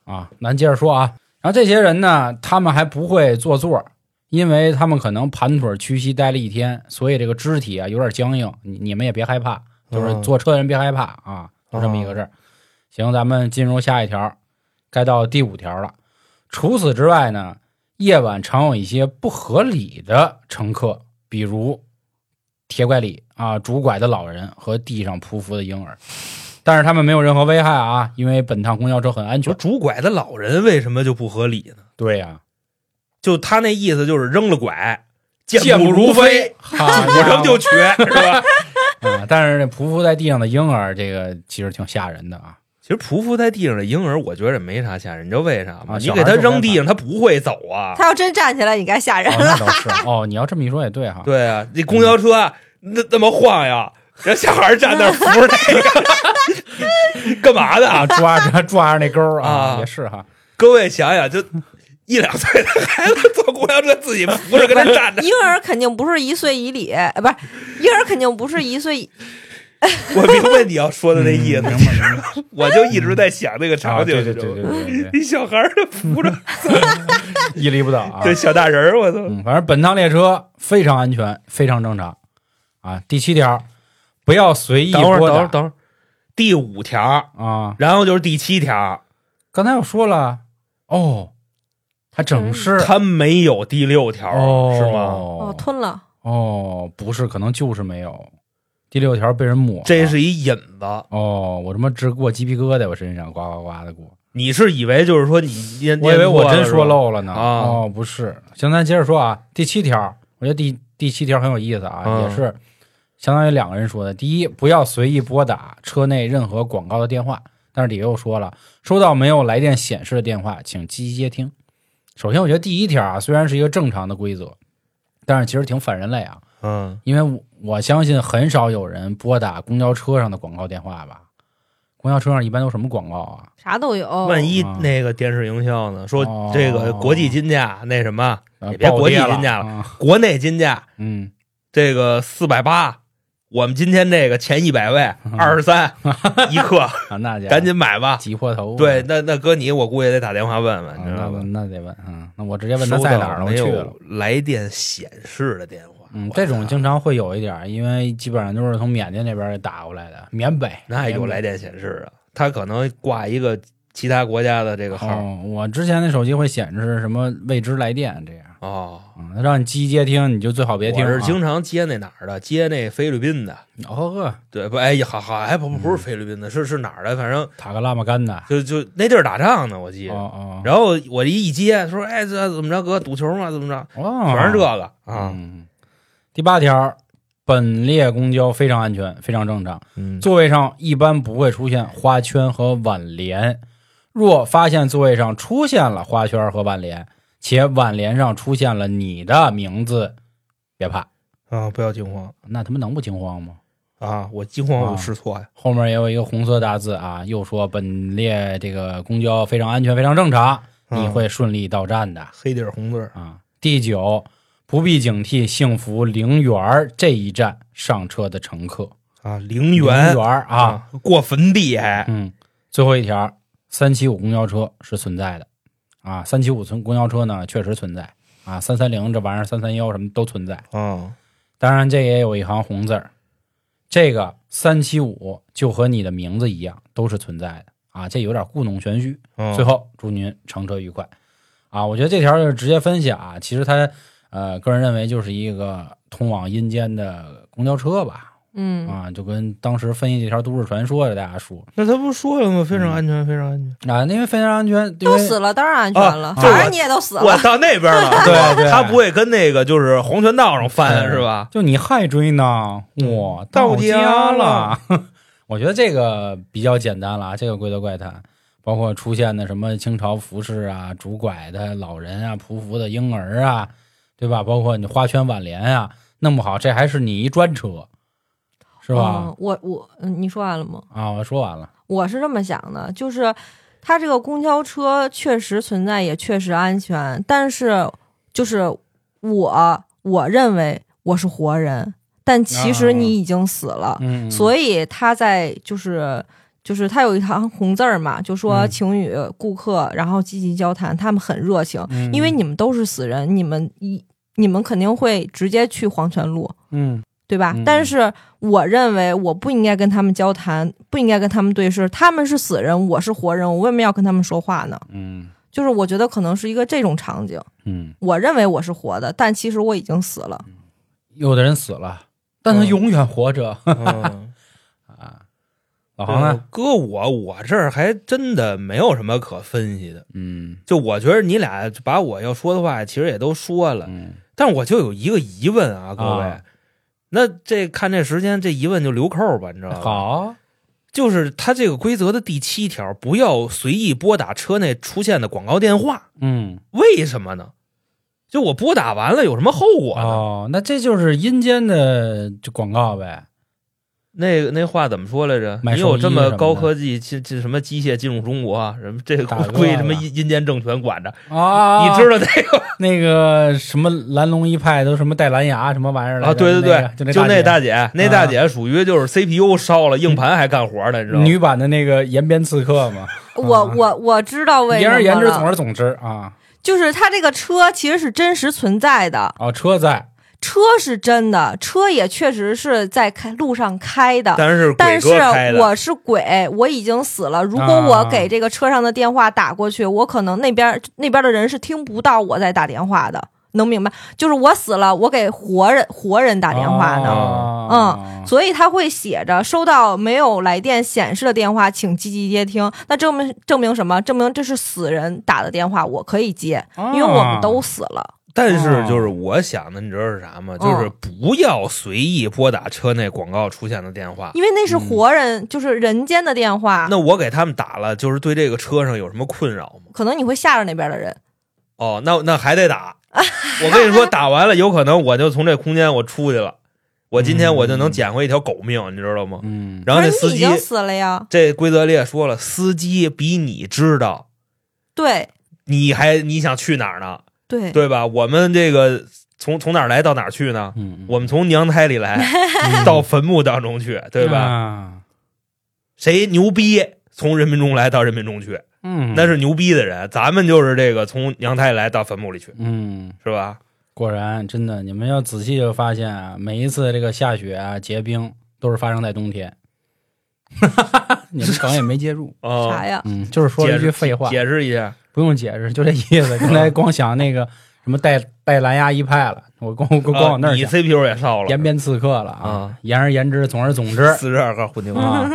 Speaker 3: 啊，咱接着说啊。然后这些人呢，他们还不会做座，因为他们可能盘腿屈膝待了一天，所以这个肢体啊有点僵硬。你你们也别害怕，就是坐车的人别害怕啊，就这么一个事儿。行，咱们进入下一条，该到第五条了。除此之外呢，夜晚常有一些不合理的乘客，比如铁拐李啊、拄拐的老人和地上匍匐的婴儿，但是他们没有任何危害啊，因为本趟公交车很安
Speaker 4: 你说
Speaker 3: 全。
Speaker 4: 拄拐的老人为什么就不合理呢？
Speaker 3: 对啊呀、
Speaker 4: 就他那意思就是扔了拐，
Speaker 3: 健
Speaker 4: 步
Speaker 3: 步
Speaker 4: 如
Speaker 3: 如飞，，好
Speaker 4: [laughs] 我
Speaker 3: 家
Speaker 4: 扔
Speaker 3: 伙
Speaker 4: 就瘸，
Speaker 3: [laughs]
Speaker 4: 是吧？
Speaker 3: 啊！但是这匍匐在地上的婴儿，这个其实挺吓人的啊。
Speaker 4: 其实匍匐在地上的婴儿，我觉得没啥吓人，你知道为啥吗？
Speaker 3: 啊
Speaker 4: 你
Speaker 3: 小
Speaker 4: 给
Speaker 3: 孩
Speaker 4: 他
Speaker 3: 儿就
Speaker 4: 扔
Speaker 3: 害
Speaker 4: 地
Speaker 3: 怕
Speaker 4: 上，他不会走啊。
Speaker 5: 他要真站起来，你该吓人
Speaker 3: 哦，
Speaker 5: 了。
Speaker 3: 那倒是哦，你要这么一说也对哈。
Speaker 4: 对啊，那公交车那那么晃呀，人小孩儿站那儿扶着那个， [laughs] 干嘛的
Speaker 3: 啊，
Speaker 4: 啊？
Speaker 3: 抓着抓着那钩儿啊，
Speaker 4: 啊
Speaker 3: 也是哈。
Speaker 4: 各位想想，就一两岁的孩子坐公交车自己扶着跟那站着，
Speaker 3: [laughs]
Speaker 5: 婴儿肯定不是一岁以里，呃不是婴儿肯定不是一岁以，
Speaker 4: 我明白你要说的那意思，
Speaker 3: 嗯明白明白
Speaker 4: 我就一直在想那个
Speaker 3: 啊
Speaker 4: 场景，
Speaker 3: 对
Speaker 4: 你
Speaker 3: 对
Speaker 4: 知
Speaker 3: 对
Speaker 4: 道吗
Speaker 3: 对对对，对
Speaker 4: 一小孩儿扶着
Speaker 3: 屹立不倒啊。
Speaker 4: 这小大人儿，我操！
Speaker 3: 嗯，反正本趟列车非常安全，非常正常啊。第七条，不要随意
Speaker 4: 等会儿，
Speaker 3: 拨
Speaker 4: 等会儿，
Speaker 3: 打
Speaker 4: 等会儿，第五条，
Speaker 3: 啊。
Speaker 4: 然后就是第七条，
Speaker 3: 刚才我说了，哦，还整是
Speaker 4: 他没有第六条，
Speaker 3: 哦，
Speaker 4: 是吗？
Speaker 5: 哦，吞了，
Speaker 3: 哦，不是，可能就是没有。第六条被人抹了，
Speaker 4: 这是一引子，
Speaker 3: 哦，我他妈直过鸡皮疙瘩，我身上呱呱呱的过。
Speaker 4: 你是以为就是说你念，
Speaker 3: 我以为
Speaker 4: 念错
Speaker 3: 我
Speaker 4: 了
Speaker 3: 真说
Speaker 4: 是吧
Speaker 3: 漏了呢。
Speaker 4: 啊
Speaker 3: 哦，不是，行，咱接着说啊。第七条，我觉得第第七条很有意思啊，
Speaker 4: 嗯
Speaker 3: 也是相当于两个人说的。第一，不要随意拨打车内任何广告的电话。但是里面又说了，收到没有来电显示的电话，请积极接听。首先，我觉得第一条啊，虽然是一个正常的规则，但是其实挺反人类啊，
Speaker 4: 嗯，
Speaker 3: 因为我我相信很少有人拨打公交车上的广告电话吧。公交车上一般都什么广告啊？
Speaker 5: 啥都有。
Speaker 4: 万一
Speaker 3: 啊
Speaker 4: 那个电视营销呢，
Speaker 3: 哦
Speaker 4: 说这个国际金价那什么，
Speaker 3: 呃
Speaker 4: 也别
Speaker 3: 暴
Speaker 4: 国际
Speaker 3: 跌了
Speaker 4: 金价了
Speaker 3: 啊
Speaker 4: 国内金价
Speaker 3: 嗯，
Speaker 4: 这个四百八，我们今天这个前一百位二十三一克，
Speaker 3: 啊，那家伙
Speaker 4: 赶紧买
Speaker 3: [laughs]
Speaker 4: 吧。
Speaker 3: 挤破头。
Speaker 4: 对，那那哥你我估计得打电话问
Speaker 3: 啊
Speaker 4: 问，你知
Speaker 3: 那
Speaker 4: 道吧
Speaker 3: 我？那得问，嗯，那我直接问他
Speaker 4: 收
Speaker 3: 在哪儿了，
Speaker 4: 到
Speaker 3: 我
Speaker 4: 没
Speaker 3: 去了
Speaker 4: 有。来电显示的电话，
Speaker 3: 嗯，
Speaker 4: 我
Speaker 3: 这种
Speaker 4: 操
Speaker 3: 经常会有一点儿，因为基本上都是从缅甸那边儿给打过来的，缅北
Speaker 4: 那有
Speaker 3: 缅
Speaker 4: 来
Speaker 3: 北
Speaker 4: 电显示啊，他可能挂一个其他国家的这个号
Speaker 3: 哦，我之前的手机会显示什么未知来电这样，
Speaker 4: 哦。
Speaker 3: 嗯，他让你积极接听，你就最好别听
Speaker 4: 我
Speaker 3: 啊。
Speaker 4: 是经常接那哪儿的，接那菲律宾的，
Speaker 3: 哦呵，
Speaker 4: 对不？哎，好好，哎，不不不
Speaker 3: 嗯
Speaker 4: 是菲律宾的，是是哪儿的？反正
Speaker 3: 塔克拉玛干
Speaker 4: [laughs]
Speaker 3: 的，
Speaker 4: 就就那地儿打仗呢，我记
Speaker 3: 哦
Speaker 4: 得。
Speaker 3: 哦，
Speaker 4: 然后我一接说，哎，这怎么着，哥赌球嘛，怎么着，
Speaker 3: 哦，
Speaker 4: 全是这个啊。
Speaker 3: 嗯。第八条，本列公交非常安全，非常正常。
Speaker 4: 嗯
Speaker 3: 座位上一般不会出现花圈和挽联。若发现座位上出现了花圈和挽联，且挽联上出现了你的名字，别怕，
Speaker 4: 啊，不要惊慌
Speaker 3: 那他妈能不惊慌吗？
Speaker 4: 啊！我惊慌
Speaker 3: 啊
Speaker 4: 我试错呀。
Speaker 3: 后面也有一个红色大字啊，又说本列这个公交非常安全，非常正常，
Speaker 4: 啊
Speaker 3: 你会顺利到站的
Speaker 4: 黑底儿红字儿，
Speaker 3: 啊。第九，不必警惕幸福陵园儿这一站上车的乘客。
Speaker 4: 啊，陵
Speaker 3: 陵
Speaker 4: 园
Speaker 3: 园儿啊，
Speaker 4: 啊，过坟地还
Speaker 3: 嗯，最后一条，三七五公交车是存在的啊，三七五存公交车呢确实存在啊，三三零这玩意儿三三幺什么都存在，
Speaker 4: 啊
Speaker 3: 当然这也有一行红字儿，这个三七五就和你的名字一样都是存在的啊，这有点故弄玄虚。
Speaker 4: 啊
Speaker 3: 最后祝您乘车愉快啊，我觉得这条就是直接分析啊，其实它呃个人认为就是一个通往阴间的公交车吧。
Speaker 5: 嗯，
Speaker 3: 啊，就跟当时分析这条都市传说的大家说，
Speaker 4: 那他不说了吗？非
Speaker 3: 嗯
Speaker 4: 常安全，非常安全。
Speaker 3: 啊，因为非常安全，因
Speaker 5: 都
Speaker 3: 为
Speaker 5: 死了，当然安全
Speaker 4: 啊
Speaker 3: 哦
Speaker 5: 了，
Speaker 4: 就是
Speaker 5: 反正你也都死
Speaker 4: 我
Speaker 5: 了。
Speaker 4: 到那边了，
Speaker 3: [laughs] 对对
Speaker 4: 他不会跟那个就是黄泉道上翻
Speaker 3: 嗯
Speaker 4: 是吧？
Speaker 3: 就你还追呢，我
Speaker 4: 到
Speaker 3: 嗯家
Speaker 4: 家
Speaker 3: 了 [laughs]
Speaker 4: 了。
Speaker 3: 我觉得这个比较简单了啊，这个归德怪谈，包括出现的什么清朝服饰啊、拄拐的老人啊、匍匐的婴儿啊，对吧？包括你花圈挽联啊，弄不好这还是你一专车，是吧
Speaker 5: 嗯？我我嗯你说完了吗？
Speaker 3: 啊，我说完了，
Speaker 5: 我是这么想的，就是它这个公交车确实存在，也确实安全，但是就是我我认为我是活人，但其实你已经死了，
Speaker 3: 啊嗯，
Speaker 5: 所以他在就是。就是他有一行红字儿嘛，就说
Speaker 3: 嗯
Speaker 5: 请与顾客、然后积极交谈，他们很热情，
Speaker 3: 嗯
Speaker 5: 因为你们都是死人，你们一你们肯定会直接去黄泉路，
Speaker 3: 嗯
Speaker 5: 对吧？
Speaker 3: 嗯
Speaker 5: 但是我认为我不应该跟他们交谈，不应该跟他们对视。他们是死人，我是活人，我为什么要跟他们说话呢？
Speaker 3: 嗯
Speaker 5: 就是我觉得可能是一个这种场景。
Speaker 3: 嗯，
Speaker 5: 我认为我是活的，但其实我已经死了。
Speaker 3: 有的人死了，但他
Speaker 4: 嗯
Speaker 3: 永远活着 [laughs]
Speaker 4: 嗯，
Speaker 3: 啊。老黄呢？
Speaker 4: 哥我我这儿还真的没有什么可分析的，
Speaker 3: 嗯
Speaker 4: 就我觉得你俩把我要说的话其实也都说了，
Speaker 3: 嗯
Speaker 4: 但我就有一个疑问啊，各位，
Speaker 3: 啊
Speaker 4: 那这看这时间，这疑问就留扣吧，你
Speaker 3: 嗯
Speaker 4: 知道吗？
Speaker 3: 好，
Speaker 4: 就是它这个规则的第七条，不要随意拨打车内出现的广告电话，
Speaker 3: 嗯
Speaker 4: 为什么呢？就我拨打完了有什么后果呢？
Speaker 3: 哦，那这就是阴间的就广告呗。
Speaker 4: 那那话怎么说来着？
Speaker 3: 买
Speaker 4: 你
Speaker 3: 兽医
Speaker 4: 有这
Speaker 3: 什么
Speaker 4: 么
Speaker 3: 的
Speaker 4: 高科技进进什么机械进入中国啊？什么这个
Speaker 3: 打
Speaker 4: 归
Speaker 3: 乱
Speaker 4: 什么
Speaker 3: 了
Speaker 4: 阴阴间政权管着？
Speaker 3: 啊，
Speaker 4: 你知道这
Speaker 3: [laughs]
Speaker 4: 个
Speaker 3: 那个什么蓝龙一派都什么带蓝牙什么玩意儿来着
Speaker 4: 啊？对对
Speaker 3: 那个就那
Speaker 4: 对，就那
Speaker 3: 大啊
Speaker 4: 大姐，那大姐属于就是 CPU 烧了，硬盘还干活呢，你
Speaker 3: 姐
Speaker 4: 知道吗？
Speaker 3: 女版的那个延边刺客
Speaker 5: [laughs]
Speaker 3: 嘛。
Speaker 5: 我我我知道为
Speaker 3: 嗯啊
Speaker 5: 什
Speaker 3: 言
Speaker 5: 么
Speaker 3: 而言之，总
Speaker 5: 了，
Speaker 3: 而总之啊，
Speaker 5: 就是它这个车其实是真实存在的，
Speaker 3: 哦，车在
Speaker 5: 车是真的，车也确实是在开路上开的。
Speaker 4: 但是
Speaker 5: 但
Speaker 4: 鬼
Speaker 5: 是
Speaker 4: 哥开的，
Speaker 5: 我是鬼，我已经死了。如果我给这个车上的电话打过去，我可能那边那边的人是听不到我在打电话的，能明白？就是我死了，我给活人活人打电话嗯呢。
Speaker 3: 哦、
Speaker 5: 所以他会写着收到没有来电显示的电话，请积极接听。那证明证明什么？证明这是死人打的电话，我可以接，
Speaker 3: 哦
Speaker 5: 因为我们都
Speaker 4: 哦
Speaker 5: 死了。
Speaker 4: 但是就是我想的，你知道是啥
Speaker 5: 嗯
Speaker 4: 吗？就是不要随意拨打车内广告出现的电话。
Speaker 5: 因为那是活人，就是人间的电话，
Speaker 4: 那我给他们打了，就是对这个车上有什么困扰吗？
Speaker 5: 可能你会吓着那边的人。
Speaker 4: 哦，那那还得
Speaker 5: [laughs]
Speaker 4: 打。我跟你说，打完了有可能我就从这空间我出去了，我今天我就能捡回一条狗命，你知道吗？
Speaker 3: 嗯
Speaker 4: 然后这
Speaker 5: 可是
Speaker 4: 司
Speaker 5: 你已
Speaker 4: 机
Speaker 5: 经死了呀，
Speaker 4: 这规则里也说了，司机比你知道
Speaker 5: 对
Speaker 4: 你还你想去哪儿呢，
Speaker 5: 对
Speaker 4: 对吧？我们这个从从哪儿来到哪儿去呢？
Speaker 3: 嗯，
Speaker 4: 我们从娘胎里来
Speaker 5: [laughs]
Speaker 4: 到坟墓当中去，对吧？
Speaker 3: 吧？
Speaker 4: 谁牛逼，从人民中来到人民中去，
Speaker 3: 嗯，
Speaker 4: 那是牛逼的人。咱们就是这个从娘胎来到坟墓里去，
Speaker 3: 嗯。
Speaker 4: 是吧？
Speaker 3: 果然，真的，你们要仔细就发现啊，每一次这个下雪啊、结冰都是发生在冬天。 [laughs] 你们梗也没接住，
Speaker 4: 哦
Speaker 5: 啥呀？
Speaker 3: 嗯，就是说了一句废话，
Speaker 4: 解释一下，
Speaker 3: 不用解释，就这意思。刚才光想那个什么带带蓝牙一派了，我光光光往那
Speaker 4: 啊
Speaker 3: 儿
Speaker 4: 你
Speaker 3: 想，
Speaker 4: CPU 也烧了
Speaker 3: 延，边刺客了啊
Speaker 4: 啊！
Speaker 3: 言而言之，总而总之
Speaker 4: 四十二号混凝土
Speaker 3: 啊，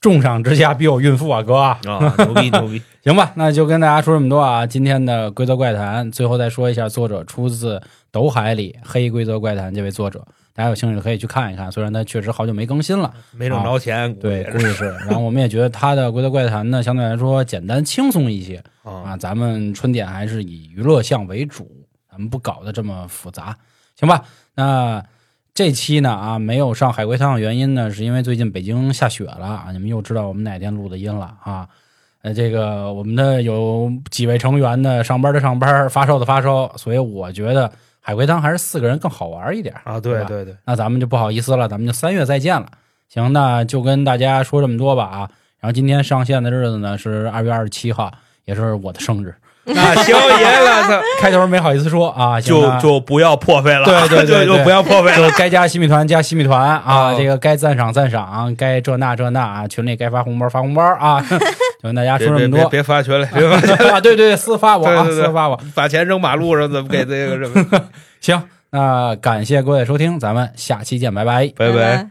Speaker 3: 重赏之下必有孕妇啊，哥。
Speaker 4: 啊，牛逼牛逼！
Speaker 3: 行吧，那就跟大家说这么多啊。今天的《规则怪谈》，最后再说一下，作者出自斗海里《黑规则怪谈》这位作者，大家有兴趣可以去看一看。虽然他确实好久没更新了，
Speaker 4: 没挣着钱，估计
Speaker 3: 啊对，
Speaker 4: 也
Speaker 3: 估
Speaker 4: 是
Speaker 3: 计是。然后我们也觉得他的《规则怪谈》呢，相对来说简单轻松一些啊。
Speaker 4: 啊，
Speaker 3: 咱们春点还是以娱乐项为主，咱们不搞得这么复杂，行吧？那这期呢啊，没有上海龟汤的原因呢，是因为最近北京下雪了啊，你们又知道我们哪天录的音了啊。呃，这个我们的有几位成员呢，上班的上班，发烧的发烧，所以我觉得海龟汤还是四个人更好玩一点
Speaker 4: 啊，
Speaker 3: 是
Speaker 4: 对
Speaker 3: 吧
Speaker 4: 对对，
Speaker 3: 那咱们就不好意思了，咱们就三月再见了。行，那就跟大家说这么多吧啊。然后今天上线的日子呢是二月二十七号，也是我的生日。 [laughs]
Speaker 4: 那啊行爷了，那
Speaker 3: 开头没好意思说啊，行
Speaker 4: 就
Speaker 3: 那
Speaker 4: 就不要破费了，
Speaker 3: 对
Speaker 4: [laughs]
Speaker 3: 对对
Speaker 4: 就
Speaker 3: 对
Speaker 4: 就不要破费了
Speaker 3: 就该加新米团加新米团啊，
Speaker 4: 哦
Speaker 3: 这个该赞赏赞赏，该这那这那啊，群里该发红包发红包
Speaker 4: [laughs]
Speaker 3: 啊，就跟大家
Speaker 4: 别
Speaker 3: 说这
Speaker 4: 别
Speaker 3: 么
Speaker 4: 别
Speaker 3: 多。
Speaker 4: 别发群里，别发群
Speaker 3: [laughs]
Speaker 4: 里
Speaker 3: 啊，对对，对私发我啊，
Speaker 4: 对对对
Speaker 3: 私发我。
Speaker 4: 把钱扔马路上，怎么
Speaker 3: [laughs]
Speaker 4: 给这个什么？
Speaker 3: 行，那感谢各位收听，咱们下期见，拜拜。
Speaker 4: 拜
Speaker 5: 拜。